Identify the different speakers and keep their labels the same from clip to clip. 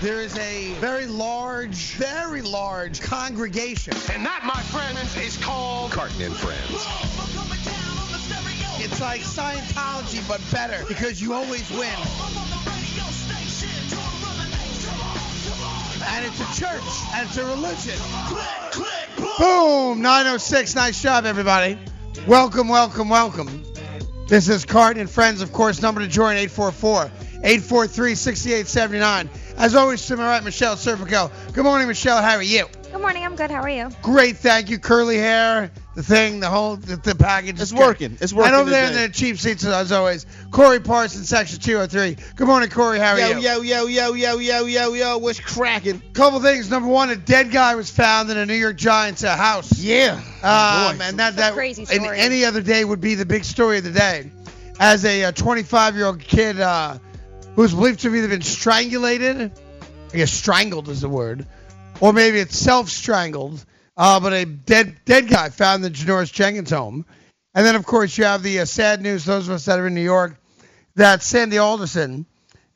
Speaker 1: there is a very large, very large congregation.
Speaker 2: And that, my friends, is called
Speaker 3: Carton and Friends.
Speaker 1: It's like Scientology, but better because you always win. And it's a church, and it's a religion. Boom! 906. Nice job, everybody. Welcome, welcome, welcome. This is Carton and Friends, of course. Number to join 844 843 6879. As always, to my right, Michelle Serpico. Good morning, Michelle. How are you?
Speaker 4: Good morning. I'm good. How are you?
Speaker 1: Great, thank you. Curly hair, the thing, the whole, the, the package.
Speaker 5: It's
Speaker 1: is good.
Speaker 5: working. It's working
Speaker 1: And over there in
Speaker 5: today.
Speaker 1: the cheap seats, as always, Corey Parsons, section 203. Good morning, Corey. How are
Speaker 5: Yo,
Speaker 1: you?
Speaker 5: yo, yo, yo, yo, yo, yo, yo, what's cracking?
Speaker 1: Couple things. Number one, a dead guy was found in a New York Giants uh, house.
Speaker 5: Yeah. Oh,
Speaker 1: Um,
Speaker 5: Boy.
Speaker 1: and that,
Speaker 4: a
Speaker 1: that
Speaker 4: crazy
Speaker 1: and
Speaker 4: story.
Speaker 1: any other day would be the big story of the day. As a 25 year old kid uh, who was believed to have either been strangulated, I guess strangled is the word, or maybe it's self strangled, uh, but a dead dead guy found in the Janoris Jenkins home. And then, of course, you have the uh, sad news, those of us that are in New York, that Sandy Alderson,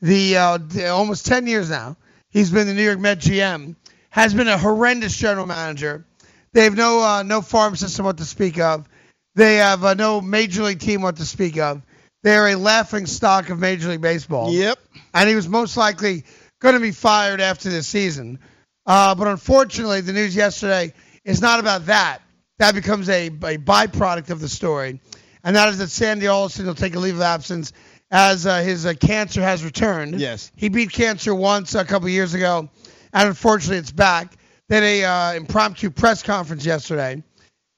Speaker 1: the uh, d- almost 10 years now, he's been the New York Met GM, has been a horrendous general manager. They have no uh, no farm system what to speak of. They have uh, no major league team what to speak of. They are a laughing stock of Major League Baseball.
Speaker 5: Yep.
Speaker 1: And he was most likely going to be fired after this season. Uh, but unfortunately, the news yesterday is not about that. That becomes a, a byproduct of the story. And that is that Sandy Alston will take a leave of absence as uh, his uh, cancer has returned.
Speaker 5: Yes.
Speaker 1: He beat cancer once a couple years ago, and unfortunately, it's back. Then a uh, impromptu press conference yesterday.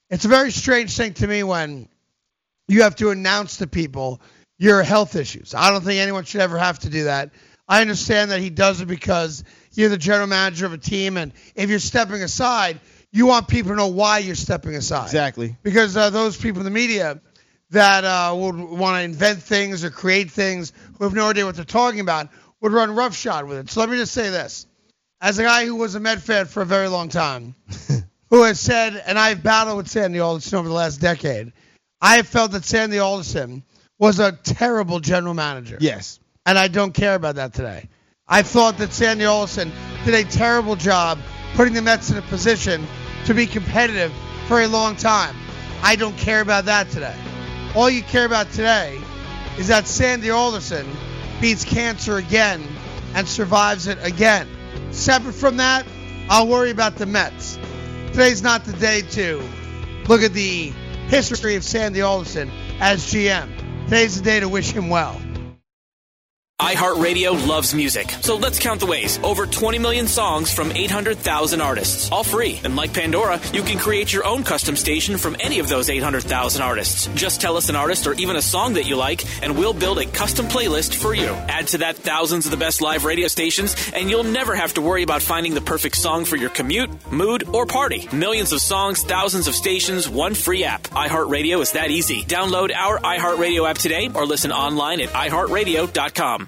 Speaker 1: It's a very strange thing to me when you have to announce to people your health issues. I don't think anyone should ever have to do that. I understand that he does it because you're the general manager of a team, and if you're stepping aside, you want people to know why you're stepping aside.
Speaker 5: Exactly.
Speaker 1: Because uh, those people in the media that uh, would want to invent things or create things who have no idea what they're talking about would run roughshod with it. So let me just say this. As a guy who was a Met fan for a very long time, who has said, and I've battled with Sandy Alderson over the last decade, I have felt that Sandy Alderson was a terrible general manager.
Speaker 5: Yes.
Speaker 1: And I don't care about that today. I thought that Sandy Olson did a terrible job putting the Mets in a position to be competitive for a long time. I don't care about that today. All you care about today is that Sandy Alderson beats cancer again and survives it again. Separate from that, I'll worry about the Mets. Today's not the day to look at the history of Sandy Alderson as GM. Today's the day to wish him well.
Speaker 6: iHeartRadio loves music, so let's count the ways. Over 20 million songs from 800,000 artists, all free. And like Pandora, you can create your own custom station from any of those 800,000 artists. Just tell us an artist or even a song that you like, and we'll build a custom playlist for you. Add to that thousands of the best live radio stations, and you'll never have to worry about finding the perfect song for your commute, mood, or party. Millions of songs, thousands of stations, one free app. iHeartRadio is that easy. Download our iHeartRadio app today or listen online at iHeartRadio.com.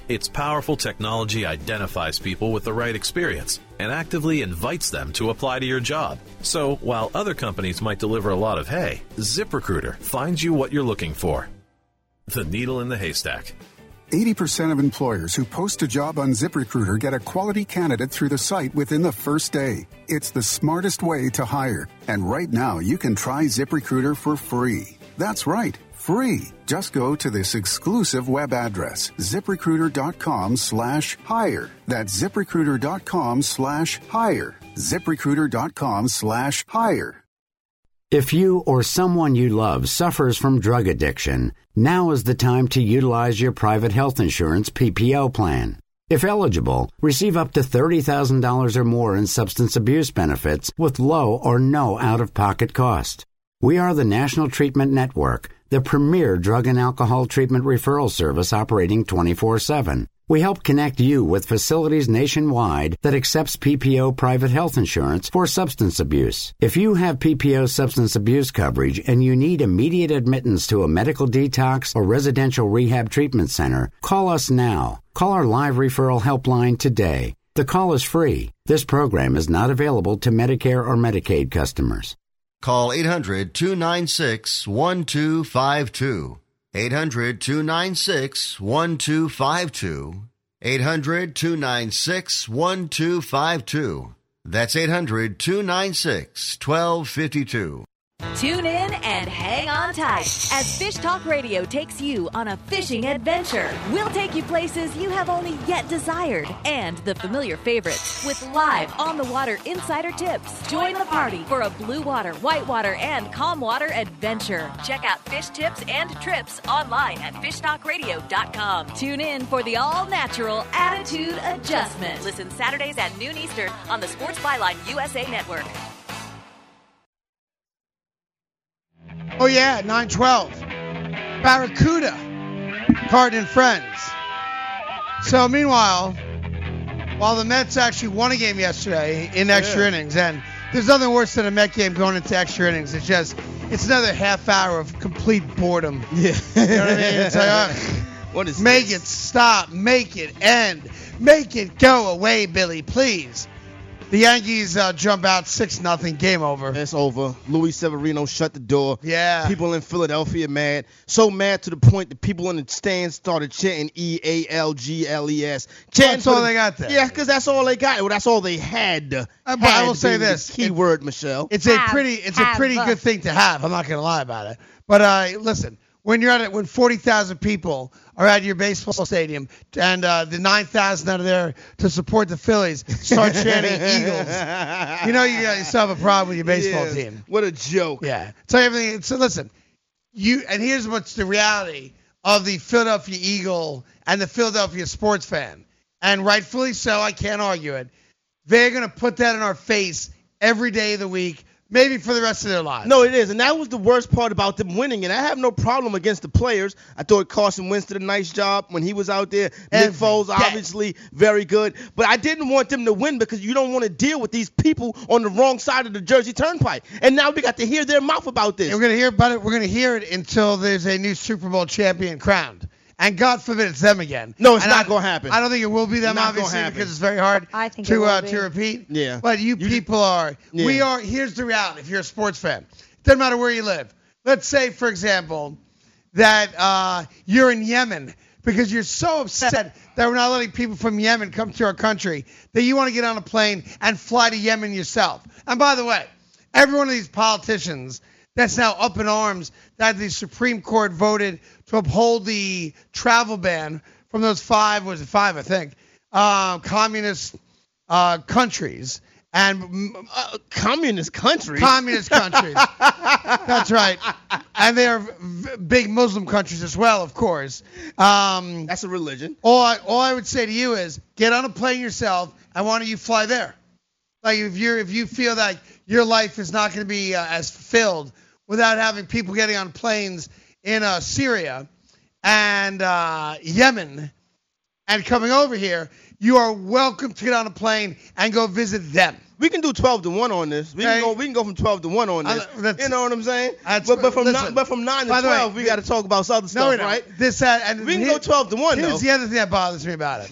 Speaker 7: Its powerful technology identifies people with the right experience and actively invites them to apply to your job. So, while other companies might deliver a lot of hay, ZipRecruiter finds you what you're looking for. The needle in the haystack.
Speaker 8: 80% of employers who post a job on ZipRecruiter get a quality candidate through the site within the first day. It's the smartest way to hire. And right now, you can try ZipRecruiter for free. That's right, free. Just go to this exclusive web address, ziprecruiter.com slash hire. That's ziprecruiter.com slash hire. ziprecruiter.com slash hire.
Speaker 9: If you or someone you love suffers from drug addiction, now is the time to utilize your private health insurance PPO plan. If eligible, receive up to $30,000 or more in substance abuse benefits with low or no out of pocket cost. We are the National Treatment Network, the premier drug and alcohol treatment referral service operating 24 7. We help connect you with facilities nationwide that accepts PPO private health insurance for substance abuse. If you have PPO substance abuse coverage and you need immediate admittance to a medical detox or residential rehab treatment center, call us now. Call our live referral helpline today. The call is free. This program is not available to Medicare or Medicaid customers.
Speaker 3: Call 800 296 1252. 800 296 1252. 800 296 1252. That's 800 296 1252.
Speaker 4: Tune in and hang on tight as Fish Talk Radio takes you on a fishing adventure. We'll take you places you have only yet desired and the familiar favorites with live on the water insider tips. Join the party for a blue water, whitewater, and calm water adventure. Check out fish tips and trips online at fishtalkradio.com. Tune in for the all natural attitude adjustment. Listen Saturdays at noon Eastern on the Sports Byline USA Network.
Speaker 1: Oh yeah, 912. Barracuda. Cardin and Friends. So meanwhile, while the Mets actually won a game yesterday in extra innings, and there's nothing worse than a Met game going into extra innings. It's just it's another half hour of complete boredom. Yeah. You know what I mean? It's like ugh.
Speaker 5: What is
Speaker 1: Make it stop. Make it end. Make it go away, Billy, please. The Yankees uh, jump out 6 nothing. Game over.
Speaker 5: It's over. Luis Severino shut the door.
Speaker 1: Yeah.
Speaker 5: People in Philadelphia mad. So mad to the point that people in the stands started chanting E A L G L E S. Chanting
Speaker 1: That's
Speaker 5: for
Speaker 1: all
Speaker 5: the-
Speaker 1: they got there.
Speaker 5: Yeah, because that's all they got. Well, that's all they had.
Speaker 1: Uh, but I
Speaker 5: Had
Speaker 1: will say
Speaker 5: being the
Speaker 1: this.
Speaker 5: Key
Speaker 1: It-
Speaker 5: word, Michelle.
Speaker 1: It's a
Speaker 10: Have-
Speaker 1: pretty it's a
Speaker 10: have
Speaker 1: pretty
Speaker 10: a-
Speaker 1: good thing to have. I'm not gonna lie about it. But uh, listen, when you're at it, when 40,000 people are at your baseball stadium and uh, the 9,000 that are there to support the Phillies start chanting Eagles, you know you got yourself a problem with your baseball
Speaker 5: Yeah.
Speaker 1: team.
Speaker 5: What a joke.
Speaker 1: Yeah. So everything. So listen, you and here's what's the reality of the Philadelphia Eagle and the Philadelphia sports fan, and rightfully so. I can't argue it. They're gonna put that in our face every day of the week, maybe for the rest of their lives.
Speaker 5: No, it is. And that was the worst part about them winning. And I have no problem against the players. I thought Carson Wentz did a nice job when he was out there. Nick
Speaker 1: Every
Speaker 5: Foles,
Speaker 1: day.
Speaker 5: obviously, very good. But I didn't want them to win because you don't want to deal with these people on the wrong side of the Jersey Turnpike. And now we got to hear their mouth about this.
Speaker 1: And we're gonna hear about it. We're gonna hear it until there's a new Super Bowl champion crowned. And God forbid it's them again.
Speaker 5: No, it's
Speaker 1: And
Speaker 5: not
Speaker 1: I-
Speaker 5: gonna happen.
Speaker 1: I don't think it will be them,
Speaker 5: Not gonna
Speaker 1: obviously,
Speaker 5: happen.
Speaker 1: because it's very hard
Speaker 10: I think it
Speaker 1: to
Speaker 10: will
Speaker 1: uh,
Speaker 10: be.
Speaker 1: to repeat.
Speaker 5: Yeah.
Speaker 1: But you, people are. We
Speaker 5: Yeah.
Speaker 1: are. Here's the reality. If you're a sports fan, doesn't matter where you live. Let's say, for example, that uh, you're in Yemen because you're so upset that we're not letting people from Yemen come to our country that you want to get on a plane and fly to Yemen yourself. And by the way, every one of these politicians that's now up in arms that the Supreme Court voted to uphold the travel ban from those five, was it five, I think, uh, communist uh, countries and mm,
Speaker 5: Uh, communist country.
Speaker 1: communist countries. That's right. And they are v- big Muslim countries as well, of course. Um,
Speaker 5: That's a religion.
Speaker 1: all, I, all I would say to you is get on a plane yourself and why don't you fly there? Like if you're if you feel that your life is not going to be uh, as fulfilled without having people getting on planes in uh, Syria and uh, Yemen and coming over here, you are welcome to get on a plane and go visit them.
Speaker 5: We can do 12 to 1 on this. We,
Speaker 1: Hey.
Speaker 5: can, go, we can go from 12 to 1 on
Speaker 1: I-
Speaker 5: this.
Speaker 1: that's-
Speaker 5: you know what I'm saying?
Speaker 1: That's-
Speaker 5: but, but, from
Speaker 1: listen.
Speaker 5: nine, but from 9
Speaker 1: By
Speaker 5: to
Speaker 1: the way,
Speaker 5: 12, we
Speaker 1: the-
Speaker 5: got to talk about other stuff,
Speaker 1: no,
Speaker 5: right?
Speaker 1: This that and
Speaker 5: We can go 12 to 1,
Speaker 1: Here's
Speaker 5: though.
Speaker 1: the other thing that bothers me about it.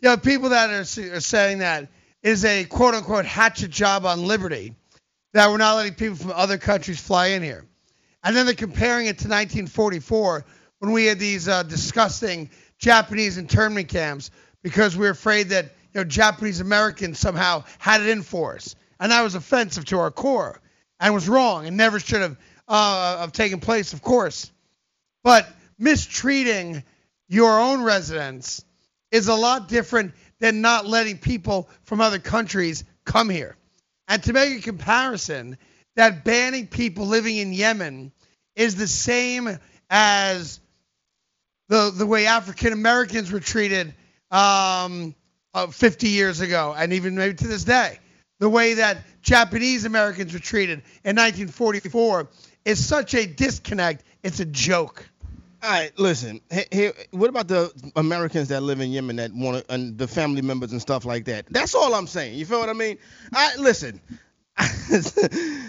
Speaker 1: You know, people that are, s- are saying that it is a quote unquote hatchet job on liberty that we're not letting people from other countries fly in here, and then they're comparing it to 1944 when we had these uh, disgusting Japanese internment camps because we were afraid that you know Japanese Americans somehow had it in for us, and that was offensive to our core and was wrong and never should have uh, have taken place, of course. But mistreating your own residents is a lot different than not letting people from other countries come here. And to make a comparison, that banning people living in Yemen is the same as the the way African Americans were treated um, uh, 50 years ago, and even maybe to this day, the way that Japanese Americans were treated in 1944 is such a disconnect. It's a joke.
Speaker 5: All right, listen. Hey, hey, what about the Americans that live in Yemen that want to, and the family members and stuff like that? That's all I'm saying. You feel what I mean? I listen.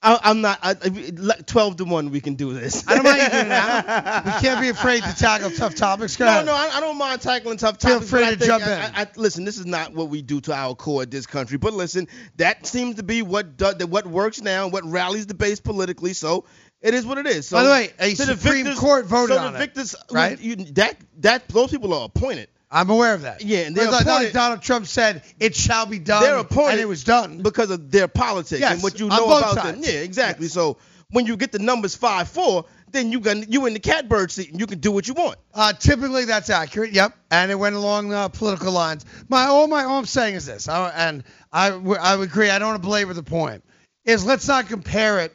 Speaker 5: I, I'm not I, I- twelve to one. We can do this.
Speaker 1: I don't mind you doing that. I don't- We can't be afraid to tackle tough topics. Go
Speaker 5: No,
Speaker 1: ahead.
Speaker 5: no, I, I don't mind tackling tough
Speaker 1: Feel
Speaker 5: topics.
Speaker 1: free
Speaker 5: but I
Speaker 1: to
Speaker 5: think-
Speaker 1: jump
Speaker 5: I-
Speaker 1: in.
Speaker 5: I- I- listen, this is not what we do to our core at this country. But listen, that seems to be what does, that what works now, what rallies the base politically. So it is what it is. So,
Speaker 1: By the way, a
Speaker 5: so
Speaker 1: Supreme Court voted
Speaker 5: so
Speaker 1: on
Speaker 5: the
Speaker 1: it,
Speaker 5: victors,
Speaker 1: right?
Speaker 5: You, that that those people are appointed.
Speaker 1: I'm aware of that.
Speaker 5: Yeah, and they're
Speaker 1: But like-
Speaker 5: appointed-
Speaker 1: like Donald Trump said, it shall be done.
Speaker 5: They're appointed
Speaker 1: And it was done.
Speaker 5: because of their politics
Speaker 1: Yes,
Speaker 5: and what you
Speaker 1: on
Speaker 5: know
Speaker 1: both
Speaker 5: about them.
Speaker 1: sides.
Speaker 5: Yeah, exactly. So when you get the numbers five four, then you can you in the catbird seat and you can do what you want.
Speaker 1: Uh, typically, that's accurate. Yep, and it went along uh, political lines. My all my all I'm saying is this, I, and I w- I would agree. I don't want to belabor the point. Is let's not compare it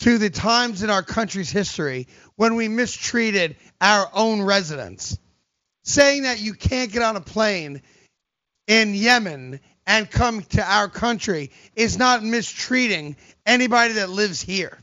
Speaker 1: to the times in our country's history when we mistreated our own residents. Saying that you can't get on a plane in Yemen and come to our country is not mistreating anybody that lives here.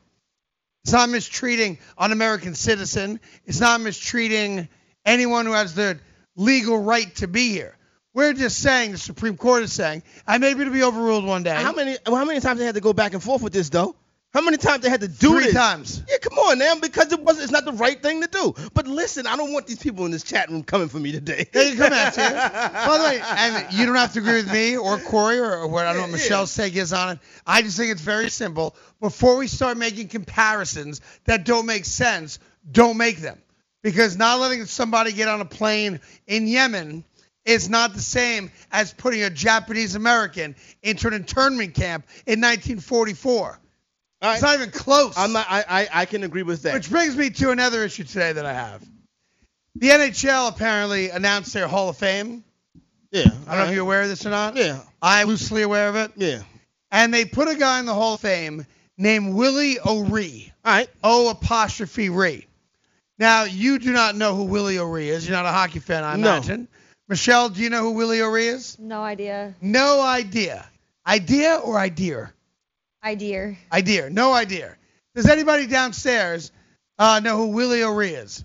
Speaker 1: It's not mistreating an American citizen. It's not mistreating anyone who has the legal right to be here. We're just saying, the Supreme Court is saying, and maybe it'll be overruled one day.
Speaker 5: How many how many times they had to go back and forth with this though? How many times they had to do
Speaker 1: Three
Speaker 5: this?
Speaker 1: times.
Speaker 5: Yeah, come on, man, because it wasn't it's not the right thing to do. But listen, I don't want these people in this chat room coming for me today.
Speaker 1: They can come after you. By the way, and you don't have to agree with me or Corey or what I don't know what Michelle's take is on it. I just think it's very simple. Before we start making comparisons that don't make sense, don't make them. Because not letting somebody get on a plane in Yemen is not the same as putting a Japanese American into an internment camp in 1944.
Speaker 5: All
Speaker 1: It's
Speaker 5: right.
Speaker 1: not even close.
Speaker 5: I'm not, I, I I can agree with that.
Speaker 1: Which brings me to another issue today that I have. The NHL apparently announced their Hall of Fame.
Speaker 5: yeah.
Speaker 1: I don't know if you're aware of this or not.
Speaker 5: Yeah.
Speaker 1: I'm loosely aware of it.
Speaker 5: Yeah.
Speaker 1: And they put a guy in the Hall of Fame named Willie O'Ree.
Speaker 5: All right.
Speaker 1: O apostrophe Ree. Now, you do not know who Willie O'Ree is. You're not a hockey fan, I
Speaker 5: No.
Speaker 1: imagine. Michelle, do you know who Willie O'Ree is?
Speaker 10: No idea.
Speaker 1: No idea. Idea or idea?
Speaker 10: Idea.
Speaker 1: Idea. No idea. Does anybody downstairs uh, know who Willie O'Ree is?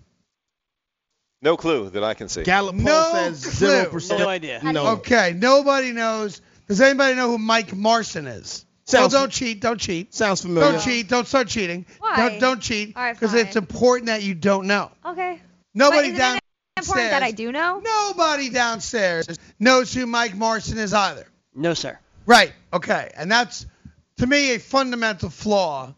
Speaker 11: No clue that I can see.
Speaker 5: Gallup poll
Speaker 1: No
Speaker 5: says
Speaker 1: clue.
Speaker 5: zero percent.
Speaker 6: No idea.
Speaker 5: No.
Speaker 1: Okay, nobody knows. Does anybody know who Mike Marson is? So
Speaker 5: Sounds-
Speaker 1: don't cheat. Don't cheat.
Speaker 5: Sounds familiar.
Speaker 1: Don't cheat. Don't start cheating.
Speaker 10: Why?
Speaker 1: Don't, don't cheat.
Speaker 10: All right,
Speaker 1: Because
Speaker 10: fine.
Speaker 1: it's important that you don't know.
Speaker 10: Okay.
Speaker 1: Nobody
Speaker 10: But isn't
Speaker 1: down.
Speaker 10: it important that I do know?
Speaker 1: Nobody downstairs knows who Mike Marson is either.
Speaker 12: No, sir.
Speaker 1: Right. Okay. And that's to me a fundamental flaw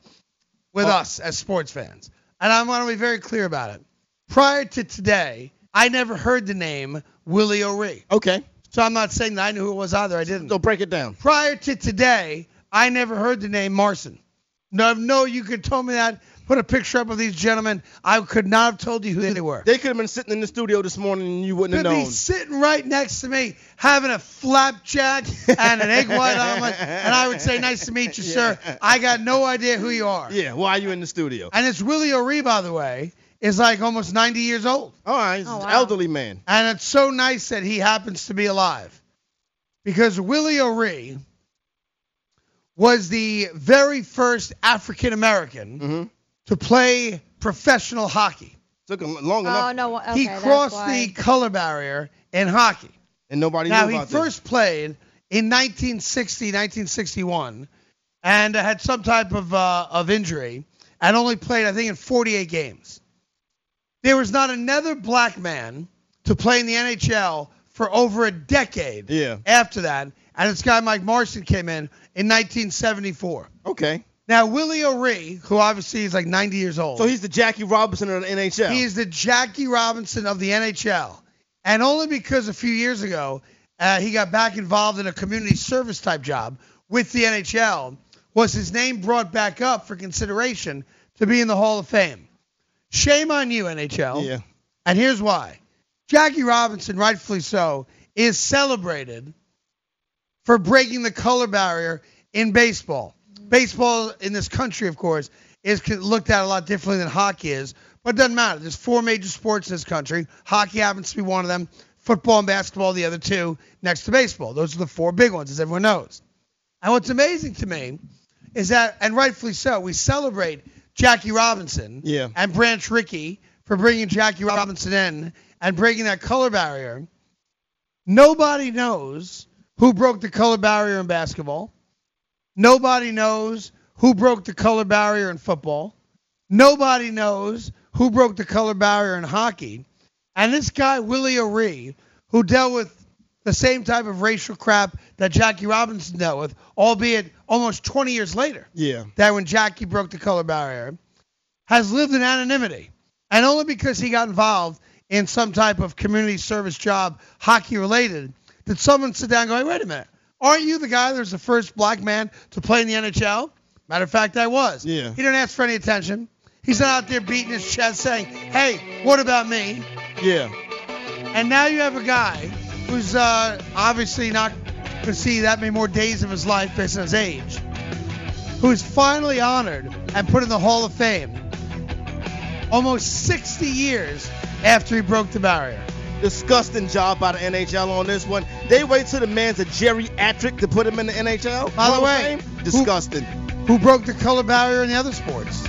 Speaker 1: with us as sports fans. And I want to be very clear about it. Prior to today, I never heard the name Willie O'Ree.
Speaker 5: Okay.
Speaker 1: So I'm not saying that I knew who it was either. I didn't.
Speaker 5: So break it down.
Speaker 1: prior to today, I never heard the name Marson. No, no, you could tell me that. Put a picture up of these gentlemen. I could not have told you who they were.
Speaker 5: They could have been sitting in the studio this morning and you wouldn't
Speaker 1: They'd
Speaker 5: have
Speaker 1: be
Speaker 5: known.
Speaker 1: sitting right next to me, having a flapjack and an egg white omelet, and I would say, "Nice to meet you, sir. I got no idea who you are."
Speaker 5: Yeah, why are you in the studio?
Speaker 1: And it's Willie O'Ree, by the way, is like almost 90 years old.
Speaker 5: All right,
Speaker 10: Oh, wow.
Speaker 5: elderly man.
Speaker 1: And it's so nice that he happens to be alive. Because Willie O'Ree was the very first African American
Speaker 5: Mhm.
Speaker 1: to play professional hockey.
Speaker 5: Took him long
Speaker 10: Oh
Speaker 5: enough
Speaker 10: no. Okay,
Speaker 1: he
Speaker 10: that's
Speaker 1: crossed
Speaker 10: why.
Speaker 1: the color barrier in hockey.
Speaker 5: and nobody
Speaker 1: now,
Speaker 5: knew
Speaker 1: he
Speaker 5: about
Speaker 1: first played in 1960, 1961, and had some type of, uh, of injury and only played, I think, in 48 games. There was not another black man to play in the NHL for over a decade
Speaker 5: this. Yeah.
Speaker 1: after that, and this guy Mike Marson came in in 1974.
Speaker 5: Okay.
Speaker 1: Now Willie O'Ree, who obviously is like 90 years old,
Speaker 5: So he's the Jackie Robinson of the NHL.
Speaker 1: he is the Jackie Robinson of the NHL, and only because a few years ago uh, he got back involved in a community service type job with the NHL, was his name brought back up for consideration to be in the Hall of Fame. Shame on you, NHL.
Speaker 5: yeah.
Speaker 1: And here's why. Jackie Robinson, rightfully so, is celebrated for breaking the color barrier in baseball. Baseball in this country, of course, is con- looked at a lot differently than hockey is, but it doesn't matter. There's four major sports in this country. Hockey happens to be one of them, football and basketball, the other two, next to baseball. Those are the four big ones, as everyone knows. And what's amazing to me is that, and rightfully so, we celebrate Jackie Robinson
Speaker 5: Yeah.
Speaker 1: and Branch Rickey for bringing Jackie Robinson in and breaking that color barrier. Nobody knows who broke the color barrier in basketball. Nobody knows who broke the color barrier in football. Nobody knows who broke the color barrier in hockey. And this guy, Willie O'Ree, who dealt with the same type of racial crap that Jackie Robinson dealt with, albeit almost 20 years later,
Speaker 5: Yeah.
Speaker 1: that when Jackie broke the color barrier, has lived in anonymity. And only because he got involved in some type of community service job, hockey related, did someone sit down and go, hey, wait a minute, aren't you the guy that was the first black man to play in the NHL? Matter of fact, I was.
Speaker 5: Yeah.
Speaker 1: He didn't ask for any attention. He's not out there beating his chest saying, hey, what about me?
Speaker 5: Yeah.
Speaker 1: And now you have a guy who's uh, obviously not going to see that many more days of his life based on his age, who's finally honored and put in the Hall of Fame almost 60 years after he broke the barrier.
Speaker 5: Disgusting job by the NHL on this one. They wait till the man's a geriatric to put him in the NHL.
Speaker 1: By the
Speaker 5: Hall of
Speaker 1: way,
Speaker 5: Fame? disgusting.
Speaker 1: Who broke the color barrier in the other sports?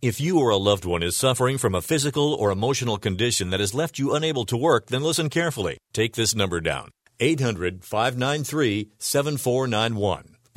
Speaker 12: If you or a loved one is suffering from a physical or emotional condition that has left you unable to work, then listen carefully. Take this number down 800 593 7491.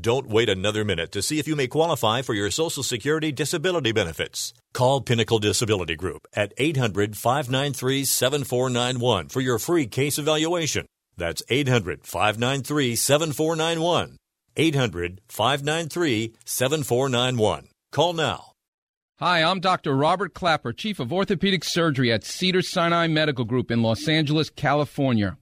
Speaker 12: Don't wait another minute to see if you may qualify for your Social Security disability benefits. Call Pinnacle Disability Group at 800 593 7491 for your free case evaluation. That's 800 593 7491. 800 593 7491. Call now.
Speaker 13: Hi, I'm Dr. Robert Clapper, Chief of Orthopedic Surgery at Cedar Sinai Medical Group in Los Angeles, California.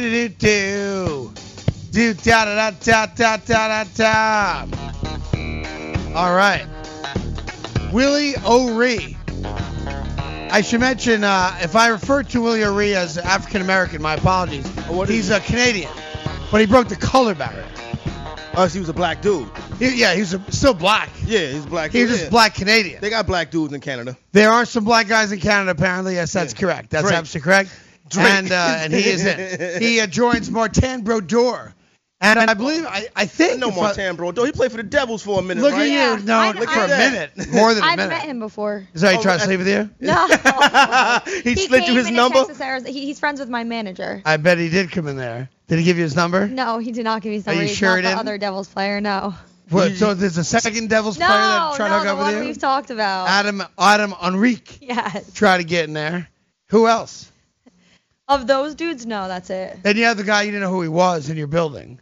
Speaker 1: Do-do-do-do-do-do-do-do-do-do. Do-da-da-da-da-da-da-da. All right. Willie O'Ree. I should mention, uh, if I refer to Willie O'Ree as African American, my apologies. He's a Canadian, but he broke the color barrier.
Speaker 5: Oh, he was a black dude.
Speaker 1: yeah, he's a, still black.
Speaker 5: Yeah, he's black.
Speaker 1: He's just
Speaker 5: yeah.
Speaker 1: black Canadian.
Speaker 5: They got black dudes in Canada.
Speaker 1: There are some black guys in Canada, apparently. Yes, that's correct. That's
Speaker 5: Drake.
Speaker 1: absolutely correct.
Speaker 5: Drake.
Speaker 1: And uh, and he is in. He uh, joins Martin Brodeur And I believe, I, I think.
Speaker 5: No Martin Brodeur. He played for the Devils for a minute.
Speaker 1: Look
Speaker 5: right?
Speaker 1: at you. No, look for a minute. More than a
Speaker 10: I've
Speaker 1: minute.
Speaker 10: met him before.
Speaker 1: Is that he tried to sleep with you?
Speaker 10: Oh, No.
Speaker 5: he slid you
Speaker 10: came
Speaker 5: his
Speaker 10: in and
Speaker 5: number?
Speaker 10: texted us, Arizona- he- he's friends with my manager.
Speaker 1: I bet he did come in there. Did he give you his number?
Speaker 10: No, he did not give me his
Speaker 1: Are you
Speaker 10: number. He's
Speaker 1: sure
Speaker 10: not
Speaker 1: he
Speaker 10: the
Speaker 1: didn't?
Speaker 10: other Devils player. No.
Speaker 1: What, so there's a second Devils
Speaker 10: No,
Speaker 1: player that tried to
Speaker 10: no,
Speaker 1: hook
Speaker 10: the
Speaker 1: up
Speaker 10: one
Speaker 1: with you? Ah.
Speaker 10: we've talked about.
Speaker 1: Adam Adam Enrique
Speaker 10: Yes.
Speaker 1: tried to get in there. Who else?
Speaker 10: Of those dudes, no, that's it.
Speaker 1: Then you have the guy you didn't know who he was in your building,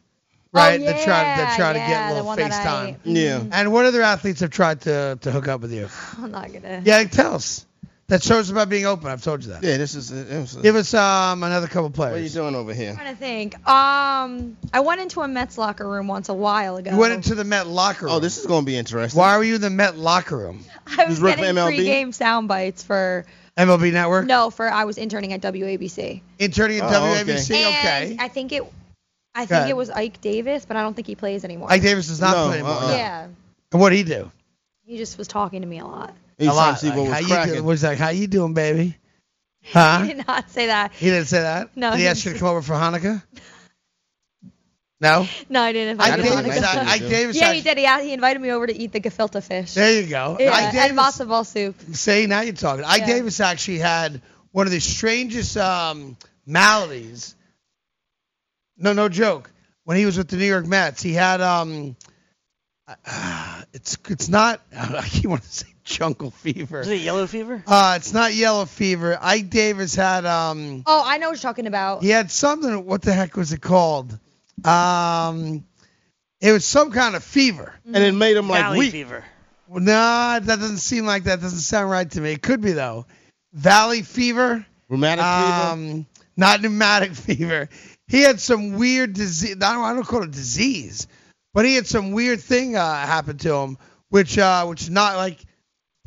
Speaker 1: right?
Speaker 10: Oh,
Speaker 1: that tried that
Speaker 10: yeah,
Speaker 1: tried to
Speaker 10: yeah,
Speaker 1: get a
Speaker 10: the
Speaker 1: little
Speaker 10: one that I- Mm.
Speaker 1: FaceTime.
Speaker 5: Yeah.
Speaker 1: And what other athletes have tried to to hook up with you?
Speaker 10: I'm not gonna.
Speaker 1: Yeah, tell us. That shows about being open. I've told you that.
Speaker 5: Yeah, this is. It was,
Speaker 1: Give us um another couple players.
Speaker 5: what are you doing over here?
Speaker 10: I'm trying to think. Um, I went into a Mets locker room once a while ago.
Speaker 1: You went into the Met locker room.
Speaker 5: Oh, this is going to be interesting.
Speaker 1: Why were you in the Met locker room?
Speaker 10: I was
Speaker 1: You work for
Speaker 10: getting
Speaker 1: MLB?
Speaker 10: pre-game sound bites for
Speaker 1: MLB Network?
Speaker 10: no, for I was interning at WABC.
Speaker 1: Interning at
Speaker 5: Oh, okay.
Speaker 1: WABC?
Speaker 10: And
Speaker 1: Okay.
Speaker 10: I think it, I
Speaker 1: Go
Speaker 10: think
Speaker 1: ahead.
Speaker 10: it was Ike Davis, but I don't think he plays anymore.
Speaker 1: Ike Davis does not
Speaker 5: No,
Speaker 1: play anymore.
Speaker 5: uh-uh.
Speaker 10: Yeah,
Speaker 1: And what'd he do?
Speaker 10: he just was talking to me a lot.
Speaker 5: He's
Speaker 1: a lot.
Speaker 5: trying to see what was
Speaker 1: how you
Speaker 5: cracking.
Speaker 1: doing? Was like, how you doing, baby? Huh?
Speaker 10: He did not say that.
Speaker 1: He didn't say that.
Speaker 10: No,
Speaker 1: Did he
Speaker 10: he
Speaker 1: ask you to
Speaker 10: didn't
Speaker 1: come over for Hanukkah? No.
Speaker 10: No, I didn't.
Speaker 1: Ike
Speaker 10: invite him.
Speaker 1: Davis.
Speaker 5: nice thing to
Speaker 1: Ike
Speaker 5: do.
Speaker 1: Davis.
Speaker 10: Yeah,
Speaker 1: asked-
Speaker 10: he did. He, a- he invited me over to eat the gefilte fish.
Speaker 1: There you go.
Speaker 10: Yeah,
Speaker 1: Ike Davis.
Speaker 10: and matzo ball soup.
Speaker 1: See, now you're talking. Ike
Speaker 10: Yeah.
Speaker 1: Davis actually had one of the strangest um, maladies. No, no joke. When he was with the New York Mets, he had um, uh, it's it's not. I keep wanting to say jungle fever.
Speaker 14: Is it yellow fever?
Speaker 1: Uh, it's not yellow fever. Ike Davis had um,
Speaker 10: Oh, I know what you're talking about.
Speaker 1: he had something. What the heck was it called? Um, it was some kind of fever.
Speaker 14: Mm-hmm.
Speaker 5: And it made him like
Speaker 14: Valley
Speaker 5: weak.
Speaker 14: fever.
Speaker 1: Well, Nah, that doesn't seem like that. Doesn't sound right to me. It could be though. Valley fever,
Speaker 5: Rheumatic fever.
Speaker 1: um, not pneumatic fever. He had some weird disease. I don't, I don't call it disease, but he had some weird thing uh, happen to him, which uh, which not like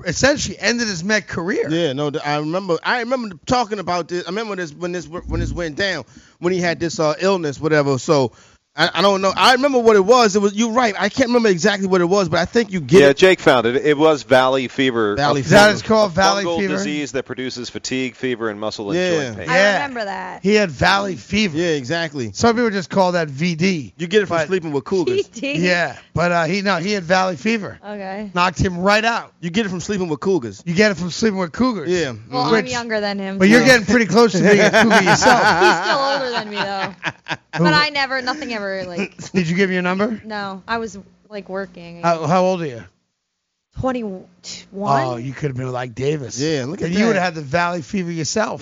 Speaker 1: essentially ended his Met career.
Speaker 5: Yeah, no, th- I remember. I remember talking about this. I remember this when this when this went down when he had this uh, illness, whatever. So I, I don't know. I remember what it was. It was you're right. I can't remember exactly what it was, but I think you get
Speaker 11: yeah,
Speaker 5: it.
Speaker 11: Jake found it. It was valley fever.
Speaker 5: Valley
Speaker 11: A
Speaker 5: fever. That
Speaker 1: is called
Speaker 11: a
Speaker 1: valley
Speaker 11: fungal
Speaker 1: fever?
Speaker 11: disease that produces fatigue, fever, and muscle and
Speaker 5: Yeah.
Speaker 11: joint pain.
Speaker 1: Yeah.
Speaker 10: I remember that.
Speaker 1: He had valley fever.
Speaker 5: Yeah, exactly.
Speaker 1: Some people just call that VD.
Speaker 5: You get it from
Speaker 1: But-
Speaker 5: sleeping with cougars.
Speaker 10: He did.
Speaker 1: Yeah, but uh, he no, he had valley fever.
Speaker 10: Okay.
Speaker 1: Knocked him right out.
Speaker 5: You get it from sleeping with cougars.
Speaker 1: You get it from sleeping with cougars.
Speaker 5: Yeah.
Speaker 10: Well, I'm
Speaker 1: Which-
Speaker 10: younger than him.
Speaker 1: But you're
Speaker 10: so-
Speaker 1: getting pretty close to being a cougar yourself.
Speaker 10: He's still older than me though. But I never, nothing ever like.
Speaker 1: Did you give me your number?
Speaker 10: No, I was like working.
Speaker 1: How, how old are you?
Speaker 10: 21.
Speaker 1: Uh, Oh, you could have been like Davis.
Speaker 5: Yeah, look at
Speaker 1: and you
Speaker 5: that.
Speaker 1: would
Speaker 5: Mm-hmm.
Speaker 1: have had the Valley Fever yourself.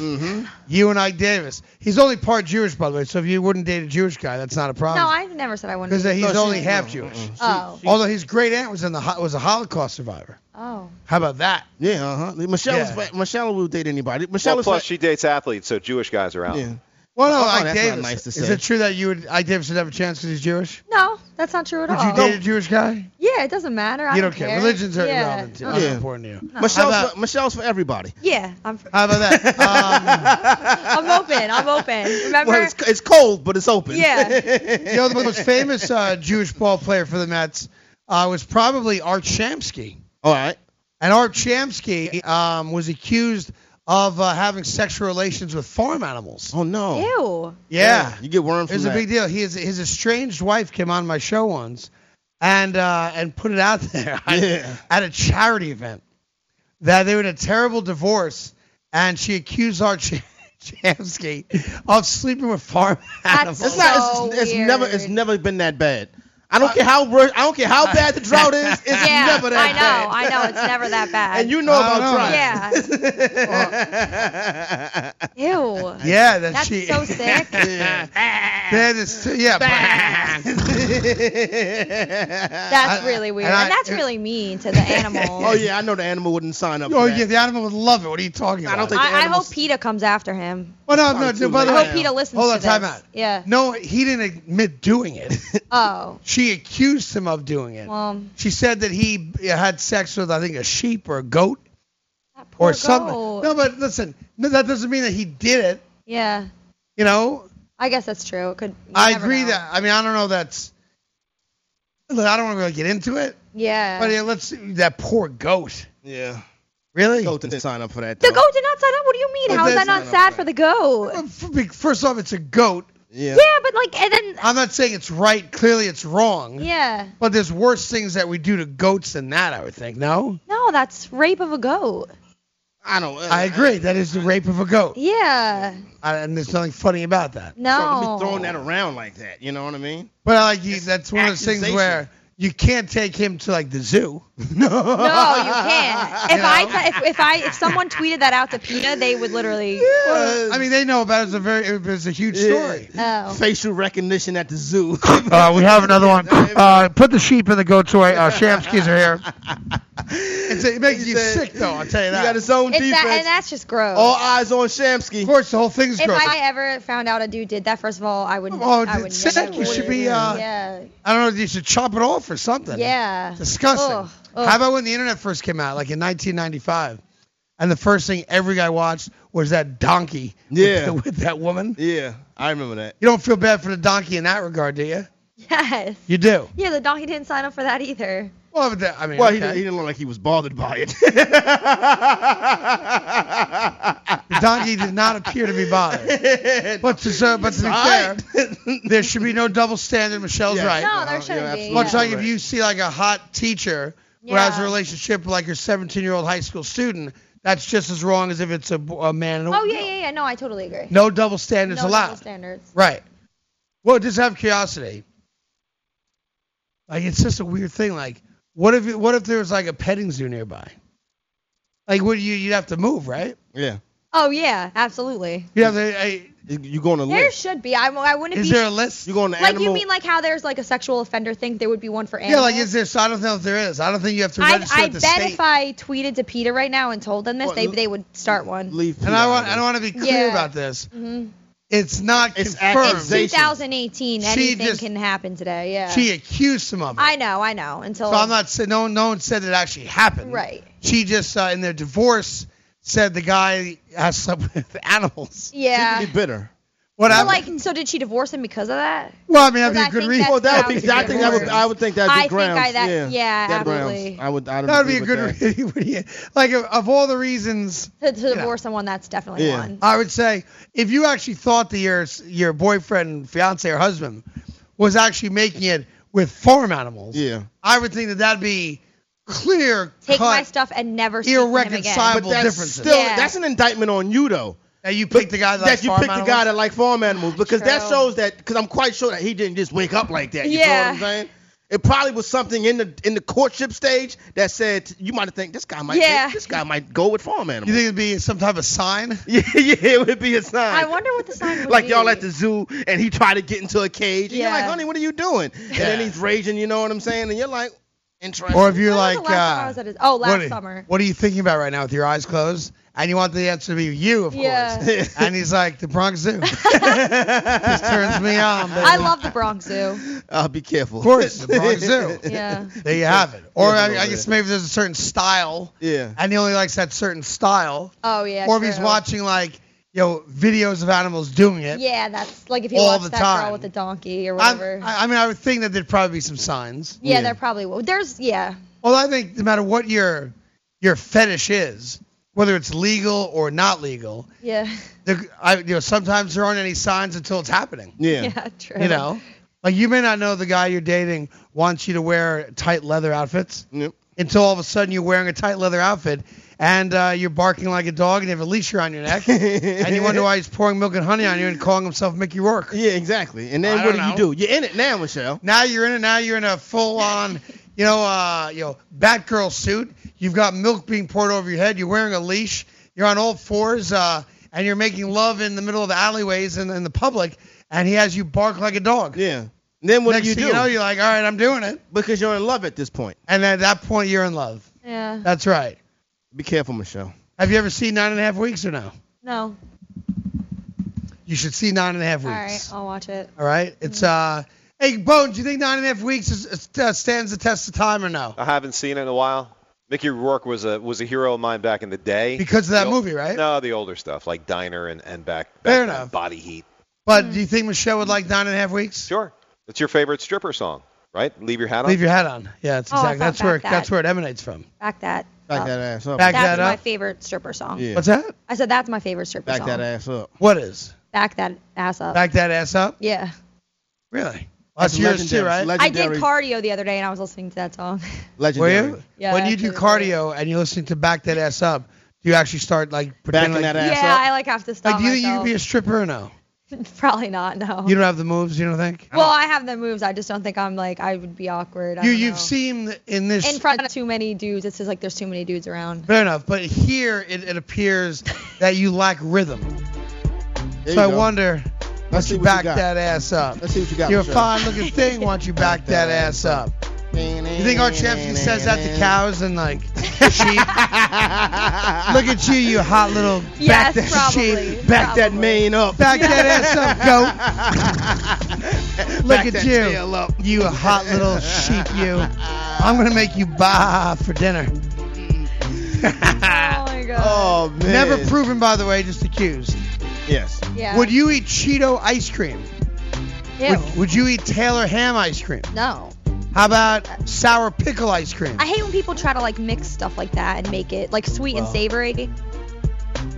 Speaker 1: You and Ike Davis. He's only part Jewish, by the way. So if you wouldn't date a Jewish guy, that's not a problem.
Speaker 10: no, I never said I wanted.
Speaker 1: because
Speaker 10: to.
Speaker 1: he's
Speaker 5: No,
Speaker 1: only
Speaker 5: she-
Speaker 1: half
Speaker 5: no,
Speaker 1: Jewish.
Speaker 10: oh.
Speaker 1: Although his great aunt was in the ho- was a Holocaust survivor.
Speaker 10: Oh.
Speaker 1: How about that?
Speaker 5: Yeah, uh huh. Michelle
Speaker 1: Yeah.
Speaker 5: is fa- Michelle will date anybody. Michelle
Speaker 11: Well,
Speaker 5: is
Speaker 11: plus
Speaker 5: fa-
Speaker 11: she dates athletes, so Jewish guys are out.
Speaker 5: yeah.
Speaker 1: Well, no,
Speaker 5: Oh,
Speaker 1: Ike
Speaker 5: that's not
Speaker 1: Davis.
Speaker 5: nice to
Speaker 1: Is
Speaker 5: say.
Speaker 1: it true that you would Ike Davis would have a chance because he's Jewish?
Speaker 10: No, that's not true at
Speaker 1: Would
Speaker 10: all.
Speaker 1: you date a Jewish guy?
Speaker 10: yeah, it doesn't matter. I
Speaker 1: you don't
Speaker 10: care.
Speaker 1: Religions are
Speaker 10: yeah.
Speaker 1: irrelevant. To,
Speaker 10: Uh,
Speaker 1: not
Speaker 5: Yeah.
Speaker 1: important to you.
Speaker 5: Michelle's
Speaker 1: How about-
Speaker 5: for, Michelle's for everybody.
Speaker 10: Yeah, I'm,
Speaker 1: How about that? Um,
Speaker 10: I'm open. I'm open. Remember?
Speaker 5: Well, it's, it's cold, but it's open.
Speaker 10: yeah.
Speaker 1: you know, the most famous uh, Jewish ball player for the Mets uh, was probably Art Shamsky.
Speaker 5: All right.
Speaker 1: And Art Shamsky um, was accused of uh, having sexual relations with farm animals.
Speaker 5: Oh no.
Speaker 10: Ew.
Speaker 1: Yeah.
Speaker 5: You get worms
Speaker 1: It was
Speaker 5: from
Speaker 1: a
Speaker 5: that.
Speaker 1: big deal. His, his estranged wife came on my show once and uh, and put it out there
Speaker 5: Yeah.
Speaker 1: at a charity event that they were in a terrible divorce, and she accused Art Sh- Shamsky of sleeping with farm animals.
Speaker 5: It's not. It's,
Speaker 10: So
Speaker 5: it's never. It's
Speaker 10: weird.
Speaker 5: never been that bad. I don't care how wor- I don't care how bad the drought is. It's
Speaker 10: yeah.
Speaker 5: never
Speaker 10: I
Speaker 5: that
Speaker 10: know.
Speaker 5: bad.
Speaker 10: I know. It's never that bad.
Speaker 5: And you know
Speaker 1: I
Speaker 5: about
Speaker 1: don't know.
Speaker 5: drought.
Speaker 10: Yeah. Ew.
Speaker 1: Yeah, that
Speaker 10: That's
Speaker 1: she.
Speaker 10: so sick.
Speaker 1: That is, yeah. but-
Speaker 10: That's
Speaker 1: I-
Speaker 10: really weird.
Speaker 1: and
Speaker 10: And,
Speaker 1: I-
Speaker 10: that's really mean to the animal.
Speaker 5: Oh yeah, I know the animal wouldn't sign up.
Speaker 1: oh
Speaker 5: for
Speaker 1: yeah,
Speaker 5: that.
Speaker 1: the animal would love it. What are you talking about?
Speaker 5: I don't think- the
Speaker 10: I, I
Speaker 5: animals-
Speaker 10: hope PETA comes after him.
Speaker 1: Well, no,
Speaker 5: Probably
Speaker 1: no,
Speaker 5: too
Speaker 1: no. By the
Speaker 5: late
Speaker 1: way,
Speaker 10: I hope PETA listens
Speaker 1: hold
Speaker 10: to
Speaker 1: on, time
Speaker 10: this.
Speaker 1: out.
Speaker 10: Yeah.
Speaker 1: No, he didn't admit doing it.
Speaker 10: Oh.
Speaker 1: she accused him of doing it.
Speaker 10: Well,
Speaker 1: She said that he had sex with, I think, a sheep or a goat
Speaker 10: that poor
Speaker 1: or something.
Speaker 10: goat.
Speaker 1: No, but listen, no, that doesn't mean that he did it.
Speaker 10: Yeah.
Speaker 1: You know,
Speaker 10: I guess that's true. It could. you
Speaker 1: I
Speaker 10: never
Speaker 1: agree
Speaker 10: know.
Speaker 1: that. I mean, I don't know. That's. Look, I don't want to really get into it,
Speaker 10: Yeah.
Speaker 1: but yeah, let's that poor goat.
Speaker 5: Yeah.
Speaker 1: Really?
Speaker 5: Goat didn't sign up for that.
Speaker 10: the
Speaker 5: though.
Speaker 10: goat did not sign up. What do you mean?
Speaker 1: But
Speaker 10: How is
Speaker 1: that's
Speaker 10: that
Speaker 1: not
Speaker 10: not sad for the goat?
Speaker 1: First off, it's a goat. Yeah.
Speaker 10: Yeah, but like, and then
Speaker 1: I'm not saying it's right. Clearly, it's wrong.
Speaker 10: yeah,
Speaker 1: But there's worse things that we do to goats than that. I would think. No.
Speaker 10: no, that's rape of a goat.
Speaker 5: I don't.
Speaker 1: I agree. That is the rape of a goat,
Speaker 10: Yeah,
Speaker 1: I, and there's nothing funny about that.
Speaker 10: no.
Speaker 5: Don't be throwing that around like that. You know what I mean?
Speaker 1: But I like you, that's one of those things where you can't take him to like the zoo. no.
Speaker 10: No, you can't. If I t- if, if I if someone tweeted that out to Peta, they would literally.
Speaker 5: Uh,
Speaker 1: I mean, they know about it. It's a very, it was a huge story.
Speaker 10: Oh.
Speaker 5: Facial recognition at the zoo.
Speaker 1: Uh, we have another one. Uh, put the sheep in the goat's way. Uh, Shamskis are here. It's, it makes you sick, though. I'll tell you
Speaker 5: He
Speaker 1: that.
Speaker 5: got his own
Speaker 10: It's that, and
Speaker 5: defense.
Speaker 10: that's just gross.
Speaker 5: All eyes on Shamsky. Of
Speaker 1: course, the whole thing's
Speaker 10: if I ever found out a dude did that, first of all, I would.
Speaker 1: Oh,
Speaker 10: I would
Speaker 1: sick.
Speaker 10: never-
Speaker 1: You should be, uh,
Speaker 10: yeah.
Speaker 1: I don't know. You should chop it off or something.
Speaker 10: Yeah.
Speaker 1: Disgusting.
Speaker 10: Ugh, ugh.
Speaker 1: How about when the internet first came out, like in 1995, and the first thing every guy watched was that donkey with
Speaker 5: Yeah.
Speaker 1: the- with, that woman?
Speaker 5: Yeah, I remember that.
Speaker 1: You don't feel bad for the donkey in that regard, do you?
Speaker 10: Yes.
Speaker 1: You do.
Speaker 10: Yeah, the donkey didn't sign up for that either.
Speaker 1: Well, but that, I mean,
Speaker 5: Well, he,
Speaker 1: okay.
Speaker 5: didn't- he didn't look like he was bothered by it.
Speaker 1: the donkey did not appear to be bothered. but to, so, but to be fair, there should be no double standard. Michelle's
Speaker 5: Yeah.
Speaker 1: right.
Speaker 10: No, there shouldn't be.
Speaker 1: Much
Speaker 10: yeah.
Speaker 1: like if you see like a hot teacher who has a
Speaker 10: Yeah.
Speaker 1: relationship with like your 17 year old high school student, that's just as wrong as if it's a, bo- a man and a
Speaker 10: Oh yeah, yeah, yeah. No, I totally agree.
Speaker 1: No double standards
Speaker 10: No double
Speaker 1: allowed.
Speaker 10: standards.
Speaker 1: Right. Well, just have curiosity. Like it's just a weird thing. Like, what if what if there was like a petting zoo nearby? Like, would you you'd have to move, right?
Speaker 5: yeah.
Speaker 10: Oh yeah, absolutely.
Speaker 1: You have to. I,
Speaker 5: You going to
Speaker 10: There
Speaker 5: list?
Speaker 10: should be. I, I wouldn't
Speaker 1: is
Speaker 10: be.
Speaker 1: there a list?
Speaker 5: You going to
Speaker 10: like
Speaker 5: animal?
Speaker 10: you mean like how there's like a sexual offender thing? There would be one for animals.
Speaker 1: yeah, like is there? So I don't know if there is. I don't think you have to
Speaker 10: I,
Speaker 1: register
Speaker 10: I
Speaker 1: at the
Speaker 10: bet
Speaker 1: state.
Speaker 10: if I tweeted to Peter right now and told them this, they they would start one.
Speaker 5: Leave.
Speaker 1: and I want I don't want to be clear
Speaker 10: Yeah.
Speaker 1: about this.
Speaker 10: hmm
Speaker 1: It's not
Speaker 5: It's
Speaker 1: confirmed.
Speaker 10: It's 2018.
Speaker 1: She
Speaker 10: Anything
Speaker 1: just-
Speaker 10: can happen today. Yeah.
Speaker 1: She accused him of it.
Speaker 10: I know. I know. Until
Speaker 1: so I'm not saying no. No one said it actually happened.
Speaker 10: right.
Speaker 1: She just uh, in their divorce said the guy has slept with animals.
Speaker 10: Yeah.
Speaker 5: Be bitter.
Speaker 1: What
Speaker 10: But
Speaker 1: happened?
Speaker 10: like, so did she divorce him because of that?
Speaker 1: well, I mean, that'd be
Speaker 10: Well,
Speaker 1: a
Speaker 10: I
Speaker 1: good
Speaker 10: think
Speaker 1: reason.
Speaker 10: that's Well, that would be- how
Speaker 5: I think that would. I would think that'd be
Speaker 10: I think
Speaker 5: grounds.
Speaker 10: I- that-
Speaker 5: yeah.
Speaker 10: yeah,
Speaker 5: that
Speaker 10: absolutely.
Speaker 5: grounds. I would. I
Speaker 1: That would be a good
Speaker 5: That.
Speaker 1: reason. What do you- like of, of all the reasons,
Speaker 10: To, to
Speaker 1: know.
Speaker 10: divorce someone, that's definitely
Speaker 5: Yeah.
Speaker 10: one.
Speaker 1: I would say if you actually thought that your your boyfriend, fiance, or husband was actually making it with farm animals,
Speaker 5: Yeah.
Speaker 1: I would think that that'd be clear
Speaker 10: Take
Speaker 1: cut
Speaker 10: my stuff and never speak to him again.
Speaker 1: Irreconcilable.
Speaker 5: But that's
Speaker 1: differences.
Speaker 5: still
Speaker 10: Yeah.
Speaker 5: that's an indictment on you though.
Speaker 1: that you picked the guy that, likes
Speaker 5: that you
Speaker 1: farm
Speaker 5: picked
Speaker 1: animals.
Speaker 5: the guy that like farm animals because that
Speaker 10: True.
Speaker 5: shows that because I'm quite sure that he didn't just wake up like that. You know
Speaker 10: Yeah.
Speaker 5: what I'm saying? It probably was something in the in the courtship stage that said you might think this guy might
Speaker 10: Yeah.
Speaker 5: this guy might go with farm
Speaker 1: You
Speaker 5: animals.
Speaker 1: think it'd be some type of sign?
Speaker 5: yeah, yeah, it would be a sign.
Speaker 10: I wonder what the sign would
Speaker 5: like
Speaker 10: be.
Speaker 5: y'all at the zoo and he tried to get into a cage. And
Speaker 10: Yeah.
Speaker 5: You're like, honey, what are you doing? And then
Speaker 1: Yeah.
Speaker 5: he's raging. You know what I'm saying? And you're like, interesting.
Speaker 1: Or if you're
Speaker 10: When was
Speaker 1: like,
Speaker 10: the last time
Speaker 1: uh,
Speaker 10: I was at his- oh, last
Speaker 1: what are-
Speaker 10: summer.
Speaker 1: What are you thinking about right now with your eyes closed? And you want the answer to be you, of
Speaker 10: Yeah.
Speaker 1: course. and he's like, the Bronx Zoo. Just turns me on. Baby.
Speaker 10: I love the Bronx Zoo.
Speaker 5: uh, be careful.
Speaker 1: Of course, the Bronx Zoo.
Speaker 10: Yeah.
Speaker 1: There you have it. Or
Speaker 5: Yeah, a
Speaker 1: I,
Speaker 5: little
Speaker 1: I guess
Speaker 5: bit.
Speaker 1: maybe there's a certain style,
Speaker 5: yeah.
Speaker 1: and he only likes that certain style.
Speaker 10: Oh yeah.
Speaker 1: or if he's
Speaker 10: true.
Speaker 1: watching like you know videos of animals doing it.
Speaker 10: Yeah, that's like if you
Speaker 1: all
Speaker 10: watch
Speaker 1: the
Speaker 10: that
Speaker 1: time.
Speaker 10: girl with the donkey or
Speaker 1: I'm-
Speaker 10: whatever.
Speaker 1: I, I mean, I would think that there'd probably be some signs.
Speaker 10: yeah,
Speaker 5: Yeah.
Speaker 10: there probably will. There's yeah.
Speaker 1: Well, I think no matter what your your fetish is, whether it's legal or not legal,
Speaker 10: Yeah.
Speaker 1: the, I, you know sometimes there aren't any signs until it's happening.
Speaker 5: Yeah.
Speaker 10: Yeah, true.
Speaker 1: You know, like you may not know the guy you're dating wants you to wear tight leather outfits
Speaker 5: Yep.
Speaker 1: until all of a sudden you're wearing a tight leather outfit and uh, you're barking like a dog and you have a leash around your neck and you wonder why he's pouring milk and honey on you and calling himself Mickey Rourke.
Speaker 5: Yeah, exactly. And
Speaker 1: I
Speaker 5: then what do
Speaker 1: don't
Speaker 5: you do? You're in it now, Michelle.
Speaker 1: Now you're in it. Now you're in a full on, you know, uh, you know, Batgirl suit. You've got milk being poured over your head. You're wearing a leash. You're on all fours, uh, and you're making love in the middle of the alleyways and in the public. And he has you bark like a dog.
Speaker 5: Yeah. Then what
Speaker 1: Next
Speaker 5: do you
Speaker 1: thing
Speaker 5: do?
Speaker 1: you know, you're like, all right, I'm doing it.
Speaker 5: because you're in love at this point.
Speaker 1: And at that point, you're in love.
Speaker 10: Yeah.
Speaker 1: That's right.
Speaker 5: Be careful, Michelle.
Speaker 1: Have you ever seen Nine and a Half Weeks or no?
Speaker 10: No.
Speaker 1: You should see Nine and a Half
Speaker 10: All right,
Speaker 1: Weeks.
Speaker 10: I'll watch it.
Speaker 1: All right. It's
Speaker 10: Mm.
Speaker 1: uh, hey Bones, do you think Nine and a Half Weeks is, is, uh, stands the test of time or no?
Speaker 11: I haven't seen it in a while. Mickey Rourke was a was a hero of mine back in the day.
Speaker 1: Because of that
Speaker 11: The ol-
Speaker 1: movie, right?
Speaker 11: No, the older stuff like Diner and and back. back
Speaker 1: Fair
Speaker 11: then,
Speaker 1: enough.
Speaker 11: Body Heat.
Speaker 1: But do you think Michelle would like Nine and a Half Weeks?
Speaker 11: Sure. It's your favorite stripper song, right? Leave your hat on.
Speaker 1: Leave your hat on. Yeah, that's
Speaker 10: Oh, I
Speaker 1: exactly.
Speaker 10: thought
Speaker 1: that's where
Speaker 10: back that.
Speaker 1: that's where it emanates from.
Speaker 10: Back that.
Speaker 5: Back
Speaker 10: up.
Speaker 5: that ass up.
Speaker 1: Back
Speaker 10: That's
Speaker 1: that
Speaker 10: my
Speaker 1: up.
Speaker 10: favorite stripper song.
Speaker 5: yeah.
Speaker 1: What's that?
Speaker 10: I said that's Oh. my favorite stripper
Speaker 5: Back
Speaker 10: song.
Speaker 5: that ass up.
Speaker 1: What is?
Speaker 10: back that ass up.
Speaker 1: Back that ass up?
Speaker 10: Yeah.
Speaker 1: Really?
Speaker 5: That's
Speaker 1: That's yours too,
Speaker 5: legendary.
Speaker 1: right?
Speaker 10: I did cardio the other day and I was listening to that song.
Speaker 1: Legendary. Were you?
Speaker 10: Yeah,
Speaker 1: when you
Speaker 10: that's
Speaker 1: do cardio and you're listening to back that ass up, do you actually start like pretending like,
Speaker 10: yeah, I like have to stop
Speaker 1: Like, do you think you
Speaker 10: myself. Oh.
Speaker 1: could be a stripper or no?
Speaker 10: Probably not. No.
Speaker 1: You don't have the moves. You don't think?
Speaker 10: well, I have the moves. I just don't think I'm like I would be awkward. I
Speaker 1: you
Speaker 10: don't
Speaker 1: you've
Speaker 10: know.
Speaker 1: seen in this.
Speaker 10: in front of too many dudes. It's just like there's too many dudes around.
Speaker 1: Fair enough, but here it, it appears that you lack rhythm.
Speaker 5: There
Speaker 1: so
Speaker 5: you
Speaker 1: I
Speaker 5: go.
Speaker 1: wonder.
Speaker 5: Let's
Speaker 1: Once
Speaker 5: see
Speaker 1: you
Speaker 5: what you
Speaker 1: back
Speaker 5: got.
Speaker 1: that ass up.
Speaker 5: Let's see what you got.
Speaker 1: You're a
Speaker 5: Michelle.
Speaker 1: fine looking thing once you back that ass up. You think Archie Epstein says that to cows and like sheep? Look at you, you hot little back
Speaker 5: Yes,
Speaker 1: that
Speaker 5: probably,
Speaker 1: sheep, back that mane up, back that ass up, goat. Look
Speaker 5: Back
Speaker 1: at
Speaker 5: that
Speaker 1: you,
Speaker 5: tail up.
Speaker 1: you hot little sheep, you. I'm gonna make you bah for dinner.
Speaker 10: oh my god.
Speaker 5: man.
Speaker 1: Never proven, by the way, just accused.
Speaker 5: Yes.
Speaker 10: Yeah.
Speaker 1: Would you eat Cheeto ice cream?
Speaker 10: Ew.
Speaker 1: Would, would you eat Taylor ham ice cream?
Speaker 10: no.
Speaker 1: How about sour pickle ice cream?
Speaker 10: I hate when people try to like mix stuff like that and make it like sweet and
Speaker 1: Well.
Speaker 10: savory.
Speaker 1: Let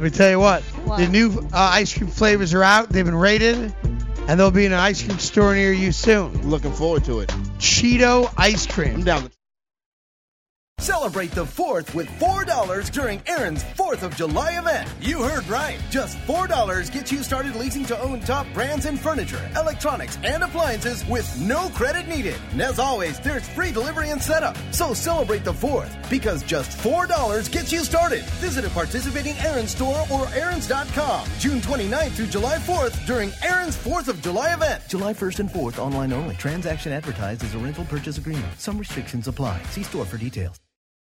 Speaker 1: me tell you what,
Speaker 10: What?
Speaker 1: the new uh, ice cream flavors are out. They've been rated, and they'll be in an ice cream store near you soon.
Speaker 5: Looking forward to it.
Speaker 1: Cheeto ice cream. I'm
Speaker 5: down.
Speaker 14: Celebrate the 4th with $4 during Aaron's 4th of July event. You heard right. Just $4 gets you started leasing to own top brands in furniture, electronics, and appliances with no credit needed. And as always, there's free delivery and setup. So celebrate the 4th because just $4 gets you started. Visit a participating Aaron's store or Aaron's.com June 29th through July 4th during Aaron's 4th of July event.
Speaker 15: July 1st and 4th, online only. Transaction advertised as a rental purchase agreement. Some restrictions apply. See store for details.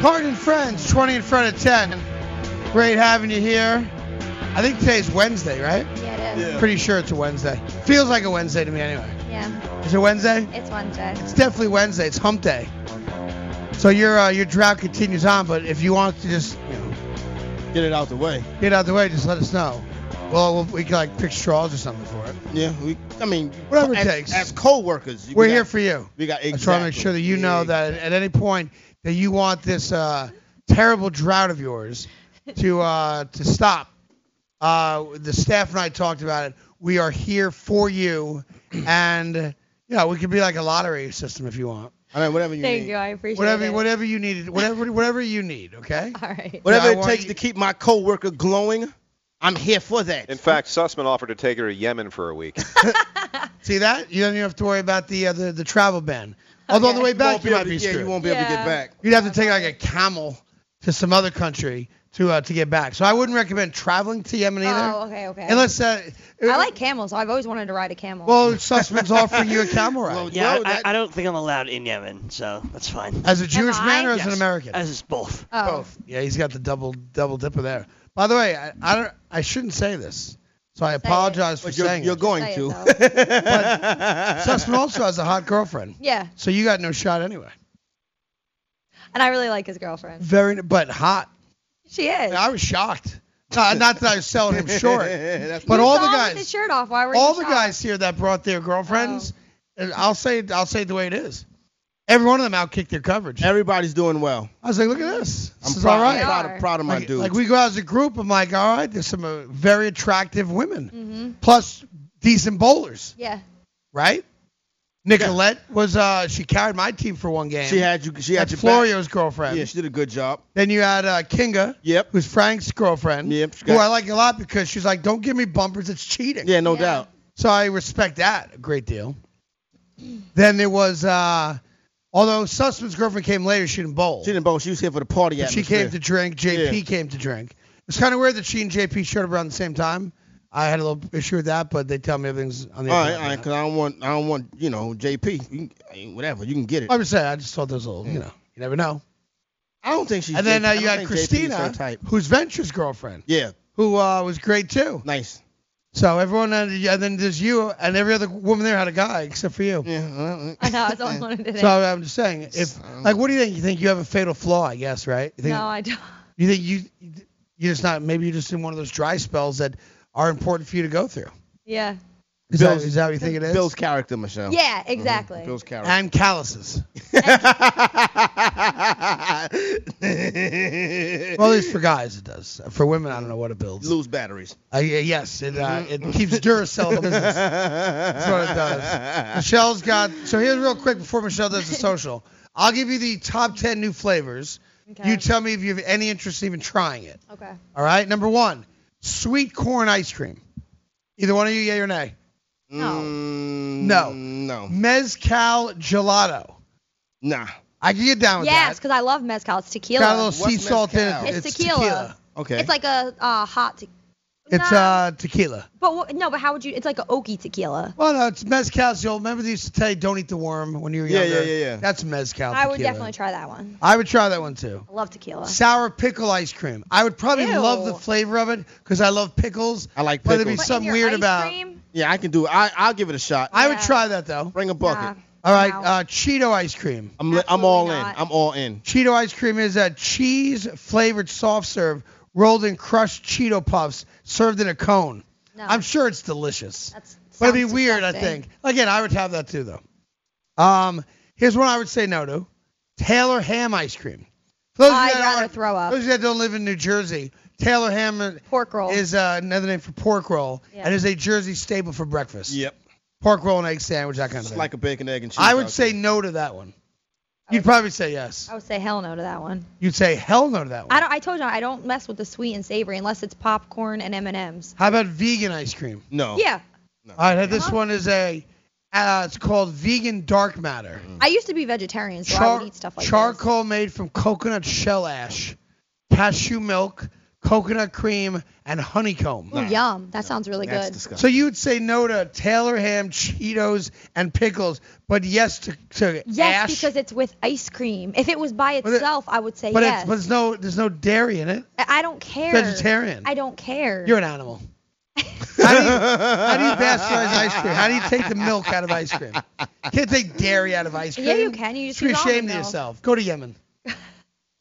Speaker 1: Card and Friends, 20 in front of 10. Great having you here. I think today's Wednesday, right?
Speaker 10: Yeah, it is.
Speaker 1: Pretty sure it's a Wednesday. Feels like a Wednesday to me anyway.
Speaker 10: Yeah.
Speaker 1: Is it Wednesday?
Speaker 10: It's Wednesday.
Speaker 1: It's definitely Wednesday. It's hump day. So your uh, your drought continues on, but if you want to just you know,
Speaker 5: Get it out the way.
Speaker 1: get out of the way, just let us know. Well, we could like pick straws or something for it.
Speaker 5: Yeah, we. I mean,
Speaker 1: Whatever it
Speaker 5: as,
Speaker 1: takes.
Speaker 5: As co-workers, you-
Speaker 1: We're
Speaker 5: we got-
Speaker 1: here for you.
Speaker 5: We got exactly.
Speaker 1: I try to make sure that you know that at any point that you want this uh, terrible drought of yours to uh, to stop. Uh, the staff and I talked about it. We are here for you, and you know we could be like a lottery system if you want.
Speaker 5: All right, whatever you
Speaker 10: Thank
Speaker 5: need.
Speaker 10: you. I appreciate
Speaker 1: whatever,
Speaker 10: it.
Speaker 1: whatever you need, whatever, whatever you need. Okay.
Speaker 10: All right.
Speaker 5: Whatever
Speaker 1: Yeah, I
Speaker 5: it
Speaker 1: want
Speaker 5: takes to keep my coworker glowing, I'm here for that.
Speaker 11: In fact, Sussman offered to take her to Yemen for a week.
Speaker 1: See that? You don't even have to worry about the uh, the, the travel ban. Although on the way
Speaker 5: won't
Speaker 1: back
Speaker 5: be
Speaker 1: you might
Speaker 5: able to-
Speaker 1: be
Speaker 5: yeah, you
Speaker 1: screwed.
Speaker 5: won't be able to get Yeah. back.
Speaker 1: You'd have to take like a camel to some other country to uh, to get back. So I wouldn't recommend traveling to Yemen either.
Speaker 10: Oh, okay, okay.
Speaker 1: Unless uh,
Speaker 10: I like camels. I've always wanted to ride a camel.
Speaker 1: well, Sussman's offering you a camel ride.
Speaker 13: Yeah, I, I don't think I'm allowed in Yemen, so that's fine.
Speaker 1: As a Jewish
Speaker 13: Am
Speaker 1: man
Speaker 13: I?
Speaker 1: or as an
Speaker 13: Yes,
Speaker 1: American? Oh.
Speaker 13: As both.
Speaker 1: Both. Yeah, he's got the double double dipper there. By the way, I, I don't I shouldn't say this, so I apologize for
Speaker 5: But you're-
Speaker 1: saying
Speaker 5: you're
Speaker 1: it.
Speaker 5: going Say it, to. though.
Speaker 1: but Sussman also has a hot girlfriend.
Speaker 10: Yeah.
Speaker 1: So you got no shot anyway.
Speaker 10: And I really like his girlfriend.
Speaker 1: Very, but hot.
Speaker 10: She is.
Speaker 1: I was shocked. No, not that I was selling him short,
Speaker 5: That's
Speaker 1: but
Speaker 10: You
Speaker 1: all
Speaker 10: saw
Speaker 1: the
Speaker 10: him with
Speaker 1: guys,
Speaker 10: his shirt off. Why were
Speaker 1: all
Speaker 10: you
Speaker 1: the
Speaker 10: shocked?
Speaker 1: guys here that brought their girlfriends,
Speaker 5: Oh.
Speaker 1: and I'll say, it- I'll say it the way it is. Every one of them outkicked their coverage.
Speaker 5: Everybody's doing well.
Speaker 1: I was like, look at this. This
Speaker 5: I'm
Speaker 1: is
Speaker 5: proud-
Speaker 1: all right.
Speaker 5: I'm proud of- They are. proud of my
Speaker 1: like,
Speaker 5: dudes.
Speaker 1: Like we go out as a group, I'm like, all right, there's some uh, very attractive women, plus decent bowlers,
Speaker 10: Mm-hmm. Yeah.
Speaker 1: right? Nicolette was, uh, she carried my team for one game.
Speaker 5: She had you. She had
Speaker 1: That's
Speaker 5: your back.
Speaker 1: Florio's girlfriend.
Speaker 5: Yeah, she did a good job.
Speaker 1: Then you had uh, Kinga.
Speaker 5: Yep.
Speaker 1: Who's Frank's girlfriend?
Speaker 5: Yep. she
Speaker 1: who
Speaker 5: got-
Speaker 1: I like a lot because she's like, don't give me bumpers, it's cheating.
Speaker 5: Yeah, no Yeah. doubt.
Speaker 1: So I respect that a great deal. Then there was, uh, although Sussman's girlfriend came later, she didn't bowl.
Speaker 5: She didn't bowl. She was here for the party.
Speaker 1: But she
Speaker 5: atmosphere.
Speaker 1: came to drink. JP
Speaker 5: Yeah.
Speaker 1: came to drink. It's kind of weird that she and JP showed up around the same time. I had a little issue with that, but they tell me everything's on
Speaker 5: All
Speaker 1: the.
Speaker 5: right, all right, because I don't want, I don't want, you know, JP. You can, whatever, you can get it.
Speaker 1: I'm just saying, I just thought there was a little, you know, you never know.
Speaker 5: I don't think she's.
Speaker 1: and then
Speaker 5: JP.
Speaker 1: uh,
Speaker 5: I
Speaker 1: you
Speaker 5: don't
Speaker 1: had
Speaker 5: think JP is her
Speaker 1: Christina,
Speaker 5: type.
Speaker 1: who's Venture's girlfriend,
Speaker 5: Yeah,
Speaker 1: who uh, was great too.
Speaker 5: nice.
Speaker 1: So everyone, had, and then there's you, and every other woman there had a guy except for you.
Speaker 5: Yeah.
Speaker 10: I know. I was always wanted to.
Speaker 1: So uh, I'm just saying, if like, what do you think? You think you have a fatal flaw? I guess, right? You think,
Speaker 10: no, I don't.
Speaker 1: You think you, you're just not. Maybe you're just in one of those dry spells that are important for you to go through.
Speaker 10: Yeah.
Speaker 1: Is that,
Speaker 5: Bill's-
Speaker 1: is that what you think it is?
Speaker 5: Bill's character, Michelle. Mm-hmm.
Speaker 10: Yeah, exactly.
Speaker 5: Bill's character.
Speaker 1: And calluses. Well, at least for guys it does. For women, I don't know what it builds.
Speaker 5: Lose batteries.
Speaker 1: Uh, yeah, yes, it uh,
Speaker 5: Mm-hmm.
Speaker 1: it keeps Duracell the business. That's what it does. Michelle's got. So here's real quick before Michelle does the social. I'll give you the top ten new flavors. You tell me if you have any interest in even trying it.
Speaker 10: Okay.
Speaker 1: All right. Number one, sweet corn ice cream. Either one of you, yay or nay? No.
Speaker 5: Mm, No.
Speaker 1: Mezcal gelato.
Speaker 5: Nah.
Speaker 1: I can get down with
Speaker 10: Yes,
Speaker 1: that.
Speaker 10: because I love mezcal. It's tequila.
Speaker 1: Got a little sea salt in it.
Speaker 10: It's, tequila.
Speaker 5: Okay.
Speaker 10: It's like a uh, hot. Te-
Speaker 1: It's
Speaker 10: Nah.
Speaker 1: uh tequila.
Speaker 10: but what, no, but how would you? It's like a oaky tequila.
Speaker 1: Well, no, it's mezcal. So remember they used to tell you don't eat the worm when you were
Speaker 5: Yeah,
Speaker 1: younger.
Speaker 5: yeah, yeah, yeah.
Speaker 1: That's mezcal.
Speaker 10: I would
Speaker 1: tequila.
Speaker 10: definitely try that one.
Speaker 1: I would try that one too.
Speaker 10: I love tequila.
Speaker 1: Sour pickle ice cream. I would probably
Speaker 10: Ew.
Speaker 1: love the flavor of it because I love pickles.
Speaker 5: I like
Speaker 1: But
Speaker 5: pickles.
Speaker 1: there'd be something weird about.
Speaker 5: Yeah, I can do it. I, I'll give it a shot.
Speaker 1: I would try that though.
Speaker 5: Bring a bucket.
Speaker 1: All right, uh, Cheeto ice cream.
Speaker 5: I'm, li- I'm all in. I'm all in.
Speaker 1: Cheeto ice cream is a cheese flavored soft serve rolled in crushed Cheeto puffs served in a cone. I'm sure it's delicious. but it'd be
Speaker 10: sounds
Speaker 1: weird, I
Speaker 10: disgusting.
Speaker 1: think. Again, I would have that too though. Um, here's one I would say no to. Taylor ham ice cream. For those of you
Speaker 10: I'd
Speaker 1: that
Speaker 10: rather
Speaker 1: aren't-
Speaker 10: throw up.
Speaker 1: Those of you that don't live in New Jersey, Taylor ham
Speaker 10: pork roll
Speaker 1: is uh, another name for pork roll
Speaker 10: Yeah.
Speaker 1: and is a Jersey staple for breakfast.
Speaker 5: Yep.
Speaker 1: Pork roll and egg sandwich, that kind of
Speaker 5: It's
Speaker 1: thing.
Speaker 5: like a bacon, egg, and cheese.
Speaker 1: I would
Speaker 5: out
Speaker 1: say no to that one. You'd probably say yes.
Speaker 10: I would say hell no to that one.
Speaker 1: You'd say hell no to that one.
Speaker 10: I don't. I told you I don't mess with the sweet and savory unless it's popcorn and M and M's.
Speaker 1: How about vegan ice cream?
Speaker 5: No.
Speaker 10: Yeah. Uh-huh.
Speaker 1: All right, this one is a. Uh, it's called vegan dark matter.
Speaker 5: Mm.
Speaker 10: I used to be vegetarian, so I
Speaker 1: Char-
Speaker 10: would eat stuff like
Speaker 1: charcoal made from coconut shell ash, cashew milk, coconut cream, and honeycomb.
Speaker 10: that. Ooh, yum. That sounds really good.
Speaker 1: So you would say no to Taylor ham, Cheetos, and pickles, but yes to, to
Speaker 10: Yes,
Speaker 1: ash.
Speaker 10: because it's with ice cream. If it was by
Speaker 1: But it-
Speaker 10: itself, I would say
Speaker 1: but
Speaker 10: yes.
Speaker 1: it's but it's no there's no dairy in it.
Speaker 10: I I don't care.
Speaker 1: Vegetarian.
Speaker 10: I don't care.
Speaker 1: You're an animal. how, do you, how do you bastardize ice cream? How do you take the milk out of ice cream? Can't take dairy out of ice cream.
Speaker 10: Yeah, you can. You just
Speaker 1: Should be
Speaker 10: use almond
Speaker 1: ashamed of
Speaker 10: milk.
Speaker 1: yourself. Go to Yemen.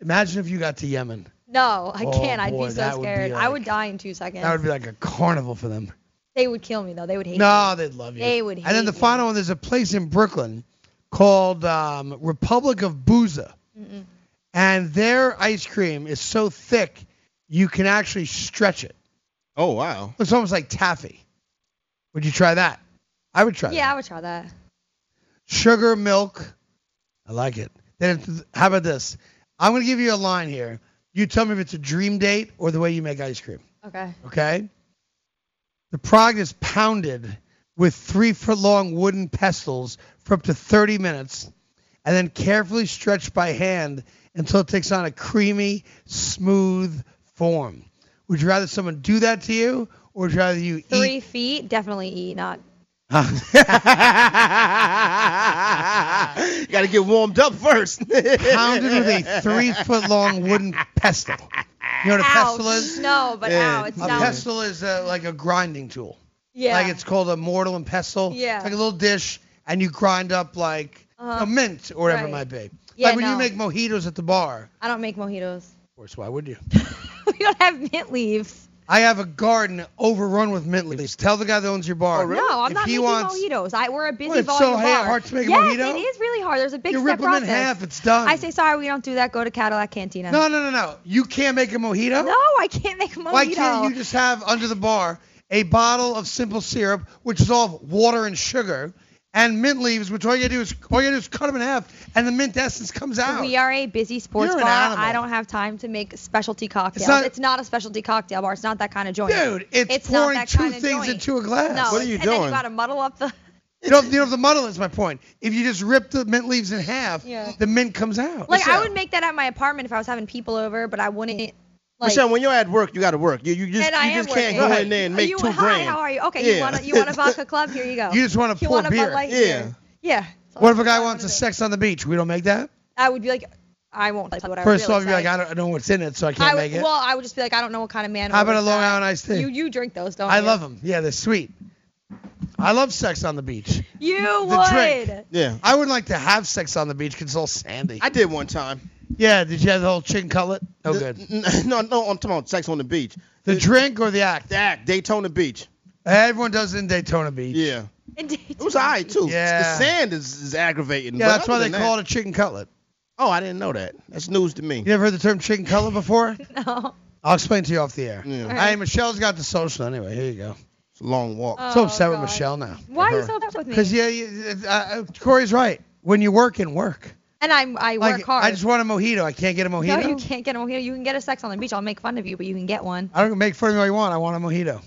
Speaker 1: Imagine if you got to Yemen.
Speaker 10: No, I
Speaker 1: Oh,
Speaker 10: can't. I'd
Speaker 1: boy,
Speaker 10: be so
Speaker 1: that would be
Speaker 10: scared. I
Speaker 1: like-
Speaker 10: would die in two seconds.
Speaker 1: That would be like a carnival for them.
Speaker 10: they would kill me though. They would hate
Speaker 1: No,
Speaker 10: me.
Speaker 1: they'd love you.
Speaker 10: They would hate
Speaker 1: And then the
Speaker 10: me.
Speaker 1: final one, there's a place in Brooklyn called um, Republic of Booza,
Speaker 10: Mm-mm.
Speaker 1: and their ice cream is so thick you can actually stretch it.
Speaker 5: Oh wow!
Speaker 1: It's almost like taffy. Would you try that? I would try. that.
Speaker 10: Yeah, I would try that.
Speaker 1: Sugar, milk. I like it. Then it's- how about this? I'm gonna give you a line here. You tell me if it's a dream date or the way you make ice cream.
Speaker 10: Okay.
Speaker 1: Okay. The product is pounded with three foot long wooden pestles for up to 30 minutes and then carefully stretched by hand until it takes on a creamy, smooth form. Would you rather someone do that to you or would you rather you
Speaker 10: Three feet, definitely eat. Not.
Speaker 5: You gotta get warmed up first.
Speaker 1: pounded with a three foot long wooden pestle? You know what a pestle is?
Speaker 10: No, but
Speaker 1: Yeah,
Speaker 10: ow, it
Speaker 1: a
Speaker 10: sounds.
Speaker 1: pestle is uh like a grinding tool.
Speaker 10: Yeah.
Speaker 1: Like it's called a mortar and pestle.
Speaker 10: Yeah.
Speaker 1: Like a little dish, and you grind up like
Speaker 10: Uh-huh.
Speaker 1: a mint or whatever it
Speaker 10: Right.
Speaker 1: might be.
Speaker 10: Yeah,
Speaker 1: like when
Speaker 10: no.
Speaker 1: you make mojitos at the bar,
Speaker 10: I don't make mojitos.
Speaker 1: of course, why would you?
Speaker 10: we don't have mint leaves.
Speaker 1: I have a garden overrun with mint leaves. Tell the guy that owns your bar.
Speaker 10: Oh, No, I'm
Speaker 1: Oh, if
Speaker 10: not
Speaker 1: he
Speaker 10: making
Speaker 1: wants,
Speaker 10: mojitos. I we're a busy
Speaker 1: Well, it's
Speaker 10: volume
Speaker 1: so ha-
Speaker 10: bar.
Speaker 1: hard to make a
Speaker 10: yes,
Speaker 1: mojito?
Speaker 10: it is really hard. There's a big
Speaker 1: You
Speaker 10: step
Speaker 1: rip 'em in
Speaker 10: process.
Speaker 1: half, it's done.
Speaker 10: I say sorry, we don't do that. Go to Cadillac Cantina.
Speaker 1: No, no, no, no. You can't make a mojito.
Speaker 10: No, I can't make a mojito.
Speaker 1: Why can't you just have under the bar a bottle of simple syrup, which is all of water and sugar, and mint leaves, which all you do is all you do is cut them in half, and the mint essence comes out.
Speaker 10: We are a busy sports
Speaker 1: You're an
Speaker 10: bar.
Speaker 1: animal.
Speaker 10: I don't have time to make specialty cocktails. It's
Speaker 1: not-
Speaker 10: not, a specialty cocktail bar. It's not that kind of joint.
Speaker 1: Dude, it's,
Speaker 10: not
Speaker 1: pouring
Speaker 10: that
Speaker 1: two
Speaker 10: kind of
Speaker 1: things
Speaker 10: joint.
Speaker 1: into a glass.
Speaker 10: No, and then you gotta muddle up the.
Speaker 1: You know, you know the muddle is my point. If you just rip the mint leaves in half,
Speaker 10: Yeah.
Speaker 1: the mint comes out.
Speaker 10: Like I would make that at my apartment if I was having people over, but I wouldn't. Like,
Speaker 5: Michelle, when you're at work, you gotta work. You you just
Speaker 10: and I
Speaker 5: you
Speaker 10: am
Speaker 5: just can't
Speaker 10: working.
Speaker 5: go in there and
Speaker 10: Are
Speaker 5: make
Speaker 10: you,
Speaker 5: two
Speaker 10: hi,
Speaker 5: grand.
Speaker 10: how are you? Okay,
Speaker 5: Yeah.
Speaker 10: you want a, you want a vodka club? Here you go.
Speaker 1: You just want to
Speaker 10: You
Speaker 1: pour
Speaker 10: want a Bud
Speaker 1: beer.
Speaker 10: Light here? Yeah.
Speaker 1: What if a guy wants a sex on the beach? We don't make that.
Speaker 10: I would be like, I won't. Like, what
Speaker 1: First
Speaker 10: I
Speaker 1: off,
Speaker 10: really
Speaker 1: you're like,
Speaker 10: say.
Speaker 1: I don't know what's in it, so I can't
Speaker 10: I would,
Speaker 1: make it.
Speaker 10: Well, I would just be like, I don't know what kind of man.
Speaker 1: How about a
Speaker 10: orders
Speaker 1: Long
Speaker 10: that.
Speaker 1: Island iced tea?
Speaker 10: You you drink those, don't
Speaker 1: I
Speaker 10: you?
Speaker 1: love them. Yeah, they're sweet. I love sex on the beach.
Speaker 10: You
Speaker 1: The
Speaker 10: would.
Speaker 1: drink.
Speaker 5: Yeah.
Speaker 1: I would like to have sex on the beach because it's all sandy.
Speaker 5: I did one time.
Speaker 1: Yeah, did you have the whole chicken cutlet? Oh, good.
Speaker 5: No, no, I'm talking about sex on the beach.
Speaker 1: The drink or the act?
Speaker 5: The act. Daytona Beach.
Speaker 1: Everyone does it in Daytona Beach.
Speaker 5: Yeah. It was alright too.
Speaker 1: Yeah.
Speaker 5: The sand is, is aggravating.
Speaker 1: Yeah,
Speaker 5: but
Speaker 1: that's why
Speaker 5: other
Speaker 1: they
Speaker 5: than
Speaker 1: call it
Speaker 5: that-
Speaker 1: a chicken cutlet.
Speaker 5: Oh, I didn't know that. That's news to me.
Speaker 1: You ever heard the term chicken cutlet before?
Speaker 10: No.
Speaker 1: I'll explain to you off the air.
Speaker 5: Yeah.
Speaker 1: Hey, Michelle's got the social anyway. Here you go.
Speaker 5: It's a long walk.
Speaker 1: so upset with Michelle now.
Speaker 10: Oh, Why are you so upset with me?
Speaker 1: Because Uh-huh. yeah, you, uh, uh, Corey's right. When you work and work.
Speaker 10: And I'm I work
Speaker 1: Like,
Speaker 10: hard.
Speaker 1: I just want a mojito. I can't get a mojito.
Speaker 10: No, you can't get a mojito. You can get a sex on the beach. I'll make fun of you, but you can get one.
Speaker 1: I don't make fun of me all you want. I want a mojito.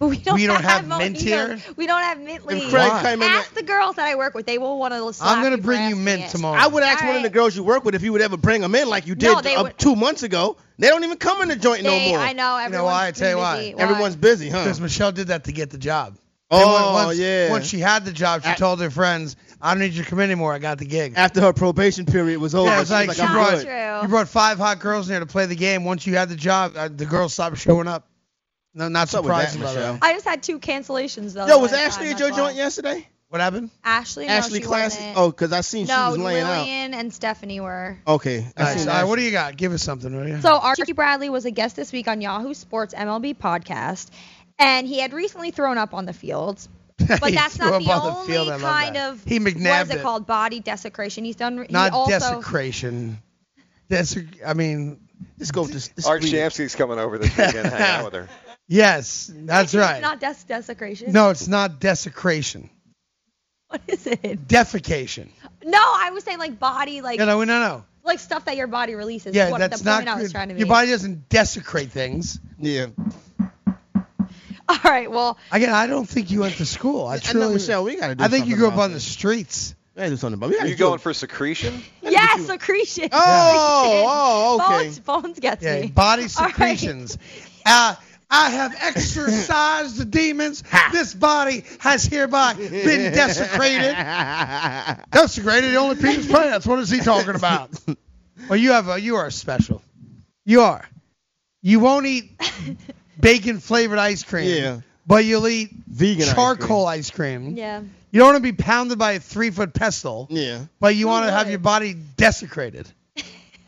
Speaker 10: But we don't,
Speaker 1: We don't
Speaker 10: have,
Speaker 1: have mint
Speaker 10: mojitos.
Speaker 1: here?
Speaker 10: We don't have mint leaves.
Speaker 1: Craig Why? came in
Speaker 10: Ask the girls that I work with. They will want to slap
Speaker 1: I'm gonna
Speaker 10: you for
Speaker 1: bring you
Speaker 10: asking
Speaker 1: mint
Speaker 10: it.
Speaker 1: tomorrow.
Speaker 5: I would ask
Speaker 10: All
Speaker 5: one of the girls you work with if you would ever bring them in like you did
Speaker 10: No, they
Speaker 5: uh,
Speaker 10: would-
Speaker 5: two months ago. They don't even come in the joint
Speaker 10: They-
Speaker 5: no more.
Speaker 10: I know,
Speaker 1: You know why? I tell you why.
Speaker 5: Everyone's busy, huh?
Speaker 1: Because Michelle did that to get the job. And when-
Speaker 5: Oh
Speaker 1: once,
Speaker 5: yeah.
Speaker 1: Once she had the job, she told her friends, "I don't need you to come in anymore. I got the gig."
Speaker 5: After her probation period was over,
Speaker 1: Yeah, it's
Speaker 5: she's
Speaker 1: like,
Speaker 5: like,
Speaker 1: you,
Speaker 5: I'm
Speaker 1: brought,
Speaker 5: good.
Speaker 1: you brought five hot girls in there to play the game. Once you had the job, uh, the girls stopped showing up. No, not
Speaker 5: up with that,
Speaker 1: surprising, by the
Speaker 5: Michelle?
Speaker 1: way.
Speaker 10: I just had two cancellations though.
Speaker 5: Yo, was
Speaker 10: that I
Speaker 5: Ashley
Speaker 10: had,
Speaker 5: at your
Speaker 10: that's why.
Speaker 5: joint yesterday?
Speaker 1: What happened?
Speaker 10: Ashley. no,
Speaker 5: Ashley
Speaker 10: she
Speaker 5: Classic.
Speaker 10: wasn't.
Speaker 5: Oh, because I seen she
Speaker 10: no,
Speaker 5: was laying out.
Speaker 10: Lillian and Stephanie were.
Speaker 5: Okay. I
Speaker 1: Nice.
Speaker 5: seen
Speaker 1: All right,
Speaker 5: Ashley.
Speaker 1: what do you got? Give us something, will you?
Speaker 10: So Archie Bradley was a guest this week on Yahoo Sports MLB podcast, and he had recently thrown up on the field. But
Speaker 1: He
Speaker 10: that's
Speaker 1: threw
Speaker 10: not
Speaker 1: up
Speaker 10: the
Speaker 1: on the
Speaker 10: only
Speaker 1: field, I love
Speaker 10: kind
Speaker 1: that.
Speaker 10: of
Speaker 1: He
Speaker 10: what is
Speaker 1: McNabbed
Speaker 10: it
Speaker 1: it.
Speaker 10: called body desecration. He's done. He
Speaker 1: Not
Speaker 10: also,
Speaker 1: desecration. Desec- I mean,
Speaker 5: Let's go to
Speaker 11: Art Shamsky's coming over this weekend. hanging out with her.
Speaker 1: yes, that's
Speaker 10: It's
Speaker 1: right.
Speaker 10: not des- desecration.
Speaker 1: No, it's not desecration.
Speaker 10: What is it?
Speaker 1: Defecation.
Speaker 10: No, I was saying like body, like
Speaker 1: No, no, no, no.
Speaker 10: like stuff that your body releases.
Speaker 1: Yeah,
Speaker 10: is what
Speaker 1: that's
Speaker 10: the
Speaker 1: not
Speaker 10: point I was
Speaker 1: good.
Speaker 10: trying to make.
Speaker 1: Your body doesn't desecrate things.
Speaker 5: Yeah.
Speaker 10: All right, well,
Speaker 1: Again, I don't think you went to school. I
Speaker 5: I
Speaker 1: truly.
Speaker 5: know, Michelle, we gotta do
Speaker 1: I think you
Speaker 5: something
Speaker 1: grew up
Speaker 5: about
Speaker 1: on the streets.
Speaker 5: We gotta do something about. We
Speaker 11: Are
Speaker 5: gotta
Speaker 11: you
Speaker 5: do
Speaker 11: going for secretion?
Speaker 10: yes, secretion.
Speaker 5: Oh, oh, okay.
Speaker 10: Bones, bones gets
Speaker 1: Yeah,
Speaker 10: me.
Speaker 1: body
Speaker 10: All right.
Speaker 1: secretions. Uh, I have exorcised the demons. This body has hereby been desecrated. desecrated. The only Peter's plants. What is he talking about? Well, you have a, you are special. You are. You won't eat bacon flavored ice cream.
Speaker 5: Yeah.
Speaker 1: But you'll eat
Speaker 5: Vegan ice cream.
Speaker 1: charcoal ice cream.
Speaker 10: Yeah.
Speaker 1: You don't want to be pounded by a three foot pestle,
Speaker 5: Yeah.
Speaker 1: but you want
Speaker 10: would?
Speaker 1: to have your body desecrated.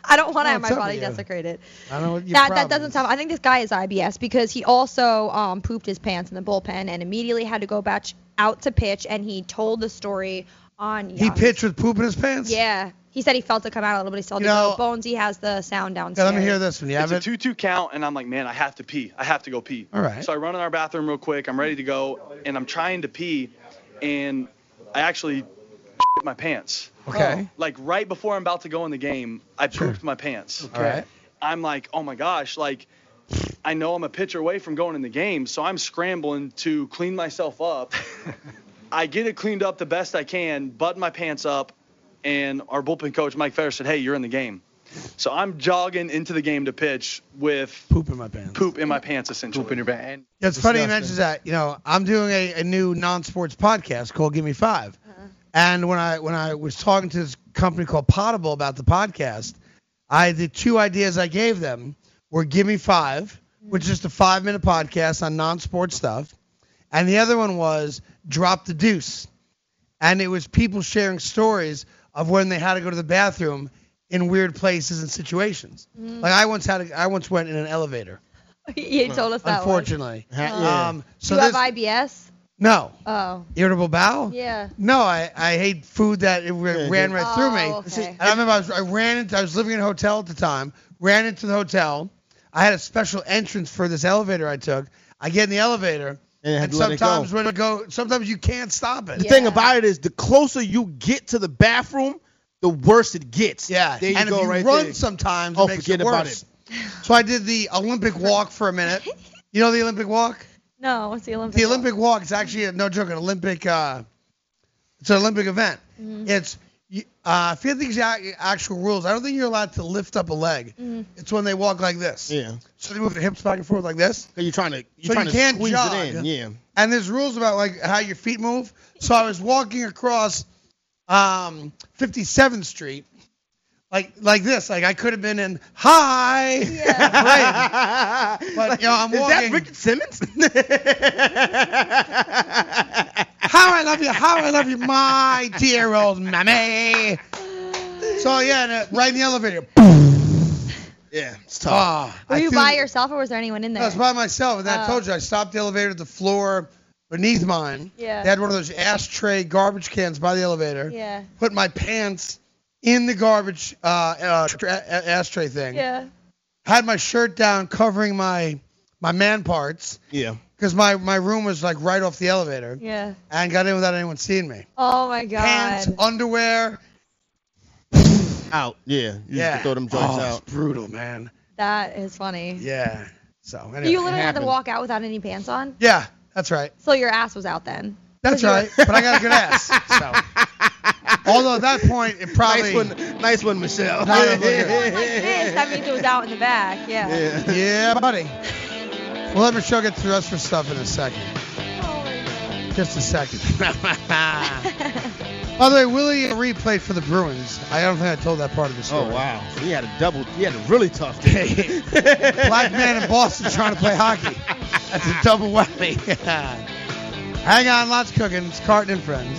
Speaker 10: I don't want to
Speaker 1: No,
Speaker 10: have my
Speaker 1: it's up to
Speaker 10: body
Speaker 1: you.
Speaker 10: desecrated.
Speaker 1: I don't know what your
Speaker 10: That,
Speaker 1: problem
Speaker 10: that doesn't sound. I think this guy is IBS because he also um, pooped his pants in the bullpen and immediately had to go back out to pitch. And he told the story on.
Speaker 1: He
Speaker 10: Yahoo.
Speaker 1: pitched with poop in his pants.
Speaker 10: Yeah, he said he felt it come out a little bit. He still
Speaker 1: You
Speaker 10: did no
Speaker 1: know-
Speaker 10: bones. He has the sound
Speaker 1: Yeah,
Speaker 10: downstairs.
Speaker 1: let me hear this one. You have
Speaker 2: it's
Speaker 1: it?
Speaker 2: a 2-2 count, and I'm like, man, I have to pee. I have to go pee.
Speaker 1: All right.
Speaker 2: So I run in our bathroom real quick. I'm ready to go, and I'm trying to pee, and I actually shit my pants.
Speaker 1: Okay.
Speaker 2: Like right before I'm about to go in the game, I pooped my pants.
Speaker 1: All right.
Speaker 2: I'm like, oh my gosh, like I know I'm a pitcher away from going in the game, so I'm scrambling to clean myself up. I get it cleaned up the best I can, button my pants up, and our bullpen coach Mike Ferris said, hey, you're in the game. So I'm jogging into the game to pitch with
Speaker 1: poop in my pants.
Speaker 2: Poop in my pants, essentially. Poop in your pants.
Speaker 1: Yeah, it's funny you mentioned that. You know, I'm doing a, a new non-sports podcast called Give Me 5 and when I when I was talking to this company called Potable about the podcast, I the two ideas I gave them were Give Me Five, which is just a five-minute podcast on non-sports stuff, and the other one was Drop the Deuce, and it was people sharing stories of when they had to go to the bathroom in weird places and situations.
Speaker 10: Mm.
Speaker 1: Like I once had a, I once went in an elevator.
Speaker 10: he told us that. one.
Speaker 1: Unfortunately.
Speaker 10: Uh,
Speaker 1: Um, so
Speaker 10: you
Speaker 1: this,
Speaker 10: have IBS.
Speaker 1: no.
Speaker 10: Oh.
Speaker 1: Irritable bowel?
Speaker 10: Yeah.
Speaker 1: No, I, I hate food that it ra- ran right through me.
Speaker 10: Oh, okay.
Speaker 1: And I remember I, was, I ran into, I was living in a hotel at the time, ran into the hotel. I had a special entrance for this elevator I took. I get in the elevator,
Speaker 5: And
Speaker 1: and,
Speaker 5: you had to let it go.
Speaker 1: sometimes when it go, sometimes you can't stop it.
Speaker 5: The thing about it is, the closer you get to the bathroom, the worse it gets.
Speaker 1: Yeah,
Speaker 5: there you
Speaker 1: and
Speaker 5: go,
Speaker 1: if you
Speaker 5: right
Speaker 1: run
Speaker 5: there.
Speaker 1: sometimes, it
Speaker 5: Oh,
Speaker 1: makes
Speaker 5: forget
Speaker 1: it worse.
Speaker 5: about
Speaker 1: So I did the Olympic walk for a minute. You know the Olympic walk?
Speaker 10: No, what's the Olympic?
Speaker 1: The Olympic walk is actually a, no joke, an Olympic. Uh, it's an Olympic event.
Speaker 10: Mm-hmm.
Speaker 1: It's you- uh, I forget the exact actual rules. I don't think you're allowed to lift up a leg.
Speaker 10: Mhm.
Speaker 1: It's when they walk like this.
Speaker 5: Yeah.
Speaker 1: So they move the hips back and forth like this.
Speaker 5: You're trying to
Speaker 1: so
Speaker 5: you're trying
Speaker 1: you
Speaker 5: to
Speaker 1: can't
Speaker 5: squeeze
Speaker 1: jog.
Speaker 5: it in. Yeah.
Speaker 1: And there's rules about like how your feet move. So I was walking across um, 57th Street. Like like this, like I could have been in hi, Right. but you know I'm
Speaker 5: Is
Speaker 1: walking.
Speaker 5: that Richard Simmons?
Speaker 1: how I love you, how I love you, my dear old mammy. So yeah, and, uh, right in the elevator. Ah,
Speaker 5: yeah, it's
Speaker 1: tough.
Speaker 10: Were you by yourself or was there anyone in there?
Speaker 1: I was by myself, and then I
Speaker 10: Oh.
Speaker 1: told you I stopped the elevator at the floor beneath mine.
Speaker 10: Yeah.
Speaker 1: They had one of those ashtray garbage cans by the elevator.
Speaker 10: Yeah.
Speaker 1: Put my pants in the garbage uh, uh, tra- a- ashtray thing.
Speaker 10: Yeah.
Speaker 1: Had my shirt down, covering my my man parts,
Speaker 5: Yeah.
Speaker 1: because my my room was like right off the elevator,
Speaker 10: Yeah.
Speaker 1: and got in without anyone seeing me.
Speaker 10: Oh my god.
Speaker 1: Pants, underwear.
Speaker 5: Out. Yeah. You
Speaker 1: yeah.
Speaker 5: Just throw them joints
Speaker 1: Oh,
Speaker 5: out.
Speaker 1: It's brutal, man.
Speaker 10: That is funny.
Speaker 1: Yeah. So anyway,
Speaker 10: you literally had to walk out without any pants on.
Speaker 1: Yeah, that's right.
Speaker 10: So your ass was out then.
Speaker 1: That's right. But I got a good ass. So. Although at that point, it probably.
Speaker 5: Nice one, nice one, Michelle.
Speaker 1: Not a good-
Speaker 10: This, that means it was out in the back. Yeah.
Speaker 1: yeah. buddy. We'll let Michelle get to the rest of her stuff in a second. Just a second. By the way, Willie Reed played for the Bruins. I don't think I told that part of the story.
Speaker 5: Oh wow. So he had a double. He had a really tough day.
Speaker 1: Black man in Boston trying to play hockey. That's a double whammy. Hang on, lots cooking. It's Carton and Friends.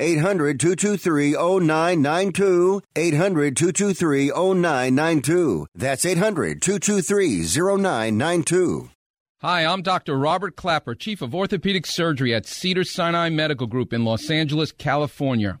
Speaker 3: 800 223 0992. 800 223 0992. That's 800 223 0992.
Speaker 13: Hi, I'm Dr. Robert Clapper, Chief of Orthopedic Surgery at Cedar Sinai Medical Group in Los Angeles, California.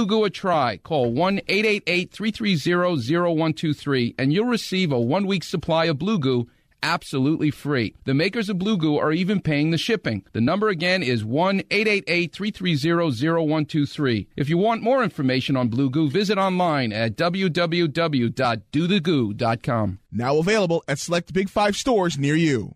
Speaker 13: Goo a try. Call 1 888 330 0123 and you'll receive a one week supply of Blue Goo absolutely free. The makers of Blue Goo are even paying the shipping. The number again is 1 888 330 0123. If you want more information on Blue Goo, visit online at www.dothegoo.com.
Speaker 16: Now available at select Big Five stores near you.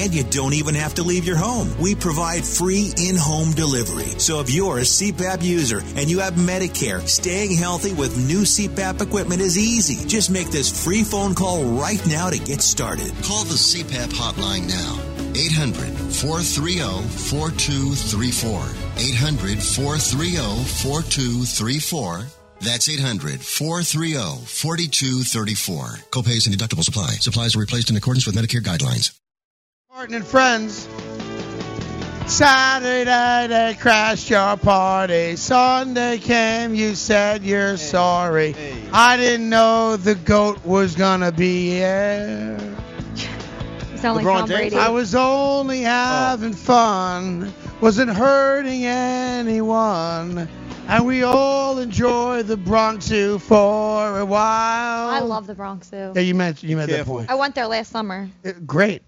Speaker 17: and you don't even have to leave your home. We provide free in home delivery. So if you're a CPAP user and you have Medicare, staying healthy with new CPAP equipment is easy. Just make this free phone call right now to get started.
Speaker 18: Call the CPAP hotline now. 800 430 4234. 800 430 4234. That's 800 430 4234. Copays and deductibles apply. Supplies are replaced in accordance with Medicare guidelines.
Speaker 1: Martin and friends. Saturday night they crashed your party. Sunday came, you said you're sorry. I didn't know the goat was gonna be here.
Speaker 10: You sound like Tom Brady.
Speaker 1: I was only having fun, wasn't hurting anyone, and we all enjoy the Bronx Zoo for a while.
Speaker 10: I love the Bronx Zoo.
Speaker 1: Um, Yeah, you mentioned you Uh, made that point.
Speaker 10: I went there last summer.
Speaker 1: Great.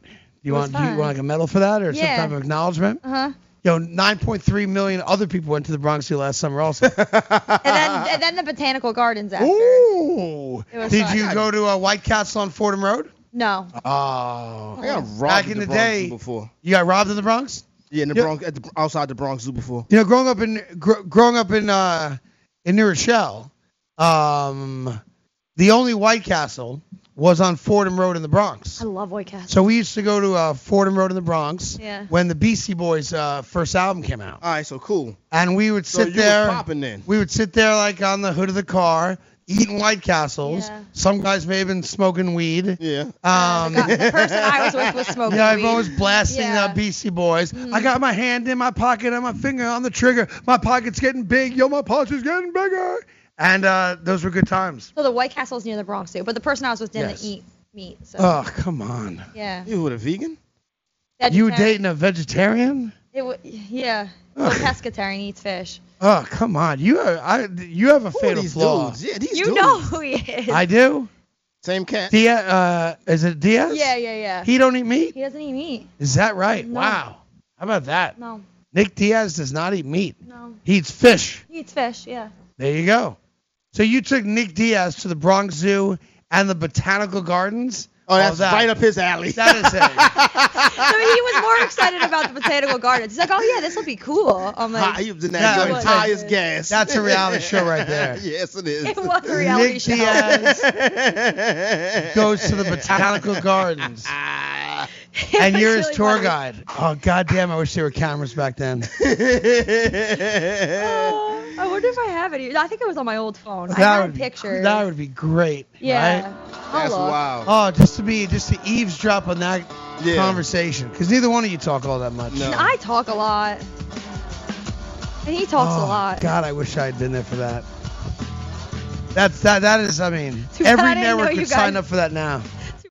Speaker 1: You
Speaker 10: It
Speaker 1: want
Speaker 10: was
Speaker 1: do you
Speaker 10: fun.
Speaker 1: want like a medal for that or
Speaker 10: Yeah.
Speaker 1: some type of acknowledgement?
Speaker 10: Uh huh.
Speaker 1: Yo, 9.3 million other people went to the Bronx Zoo last summer also.
Speaker 10: And then and then the botanical gardens after.
Speaker 1: Ooh.
Speaker 10: It was
Speaker 1: Did
Speaker 10: fun.
Speaker 1: you go to uh, White Castle on Fordham Road?
Speaker 10: No.
Speaker 1: Oh.
Speaker 10: I got robbed
Speaker 1: Back
Speaker 10: at
Speaker 1: in
Speaker 10: the
Speaker 1: the,
Speaker 10: Bronx
Speaker 1: day.
Speaker 10: Zoo
Speaker 5: before.
Speaker 1: You got robbed in the Bronx?
Speaker 5: Yeah, in the
Speaker 1: Yeah.
Speaker 5: Bronx, at the, outside the Bronx Zoo before.
Speaker 1: You know, growing up in gr- growing up in uh, in New Rochelle, um, the only White Castle was on Fordham Road in the Bronx.
Speaker 10: I love White Castle.
Speaker 1: So we used to go to uh, Fordham Road in the Bronx
Speaker 10: Yeah.
Speaker 1: when the Beastie Boys' uh, first album came out.
Speaker 5: All right, so cool.
Speaker 1: And we would
Speaker 5: So
Speaker 1: sit
Speaker 5: you was
Speaker 1: there.
Speaker 5: popping then.
Speaker 1: We would sit there like on the hood of the car, eating White Castles.
Speaker 5: Yeah.
Speaker 1: Some guys may have been smoking weed.
Speaker 5: Yeah.
Speaker 1: Um,
Speaker 10: Uh, the guy- the person I was with was smoking
Speaker 1: Yeah,
Speaker 10: weed.
Speaker 1: everyone was blasting
Speaker 10: Yeah. Mm-hmm.
Speaker 1: uh, BC Boys. I got my hand in my pocket and my finger on the trigger. My pocket's getting big. Yo, my pouch is getting bigger. And uh, those were good times.
Speaker 10: So the White Castle's near the Bronx Zoo, but the person I was with didn't
Speaker 1: Yes.
Speaker 10: eat meat. So
Speaker 1: Oh, come on.
Speaker 10: yeah.
Speaker 5: You were a vegan?
Speaker 1: You were
Speaker 10: Vegetarian.
Speaker 1: dating a vegetarian?
Speaker 10: It w- yeah. The pescatarian eats fish.
Speaker 1: Oh, come on. You are, I, you have a fatal flaw.
Speaker 5: Yeah, these
Speaker 10: you know who he is.
Speaker 1: I do.
Speaker 5: Same cat.
Speaker 1: Dia, uh, is it Diaz?
Speaker 10: Yeah, yeah, yeah.
Speaker 1: He don't eat meat?
Speaker 10: He doesn't eat meat.
Speaker 1: Is that right?
Speaker 10: No.
Speaker 1: Wow. How about that?
Speaker 10: No,
Speaker 1: Nick Diaz does not eat meat.
Speaker 10: no.
Speaker 1: He eats fish.
Speaker 10: He eats fish. Yeah.
Speaker 1: There you go. So you took Nick Diaz to the Bronx Zoo and the Botanical Gardens.
Speaker 5: Oh, that's right up his alley.
Speaker 1: That is it.
Speaker 10: so he was more excited about the botanical gardens. He's like, oh yeah, this will be cool. I'm like,
Speaker 5: He was in
Speaker 1: Yeah,
Speaker 5: that joint,
Speaker 1: but-
Speaker 5: high as gas.
Speaker 1: That's a reality show right there.
Speaker 5: yes, it is.
Speaker 10: It was a reality
Speaker 1: Nick
Speaker 10: show.
Speaker 1: Diaz goes to the Botanical Gardens. and you're his
Speaker 10: really
Speaker 1: tour
Speaker 10: funny.
Speaker 1: guide. Oh, goddamn, I wish there were cameras back then.
Speaker 10: Oh, I wonder if I have it. here. I think it was on my old phone. I
Speaker 1: That
Speaker 10: had
Speaker 1: would, be,
Speaker 10: pictures.
Speaker 1: that would be great.
Speaker 10: yeah.
Speaker 1: Right?
Speaker 10: I'll look.
Speaker 1: Oh, just to be, just to eavesdrop on that
Speaker 5: Yeah.
Speaker 1: conversation. Because neither one of you talk all that much.
Speaker 10: And I talk a lot. And he talks
Speaker 1: Oh,
Speaker 10: a lot.
Speaker 1: God, I wish I had been there for that. That's that. That is, I mean,
Speaker 10: Too bad
Speaker 1: every
Speaker 10: I didn't know
Speaker 1: network
Speaker 10: you
Speaker 1: could sign
Speaker 10: guys-
Speaker 1: up for that now.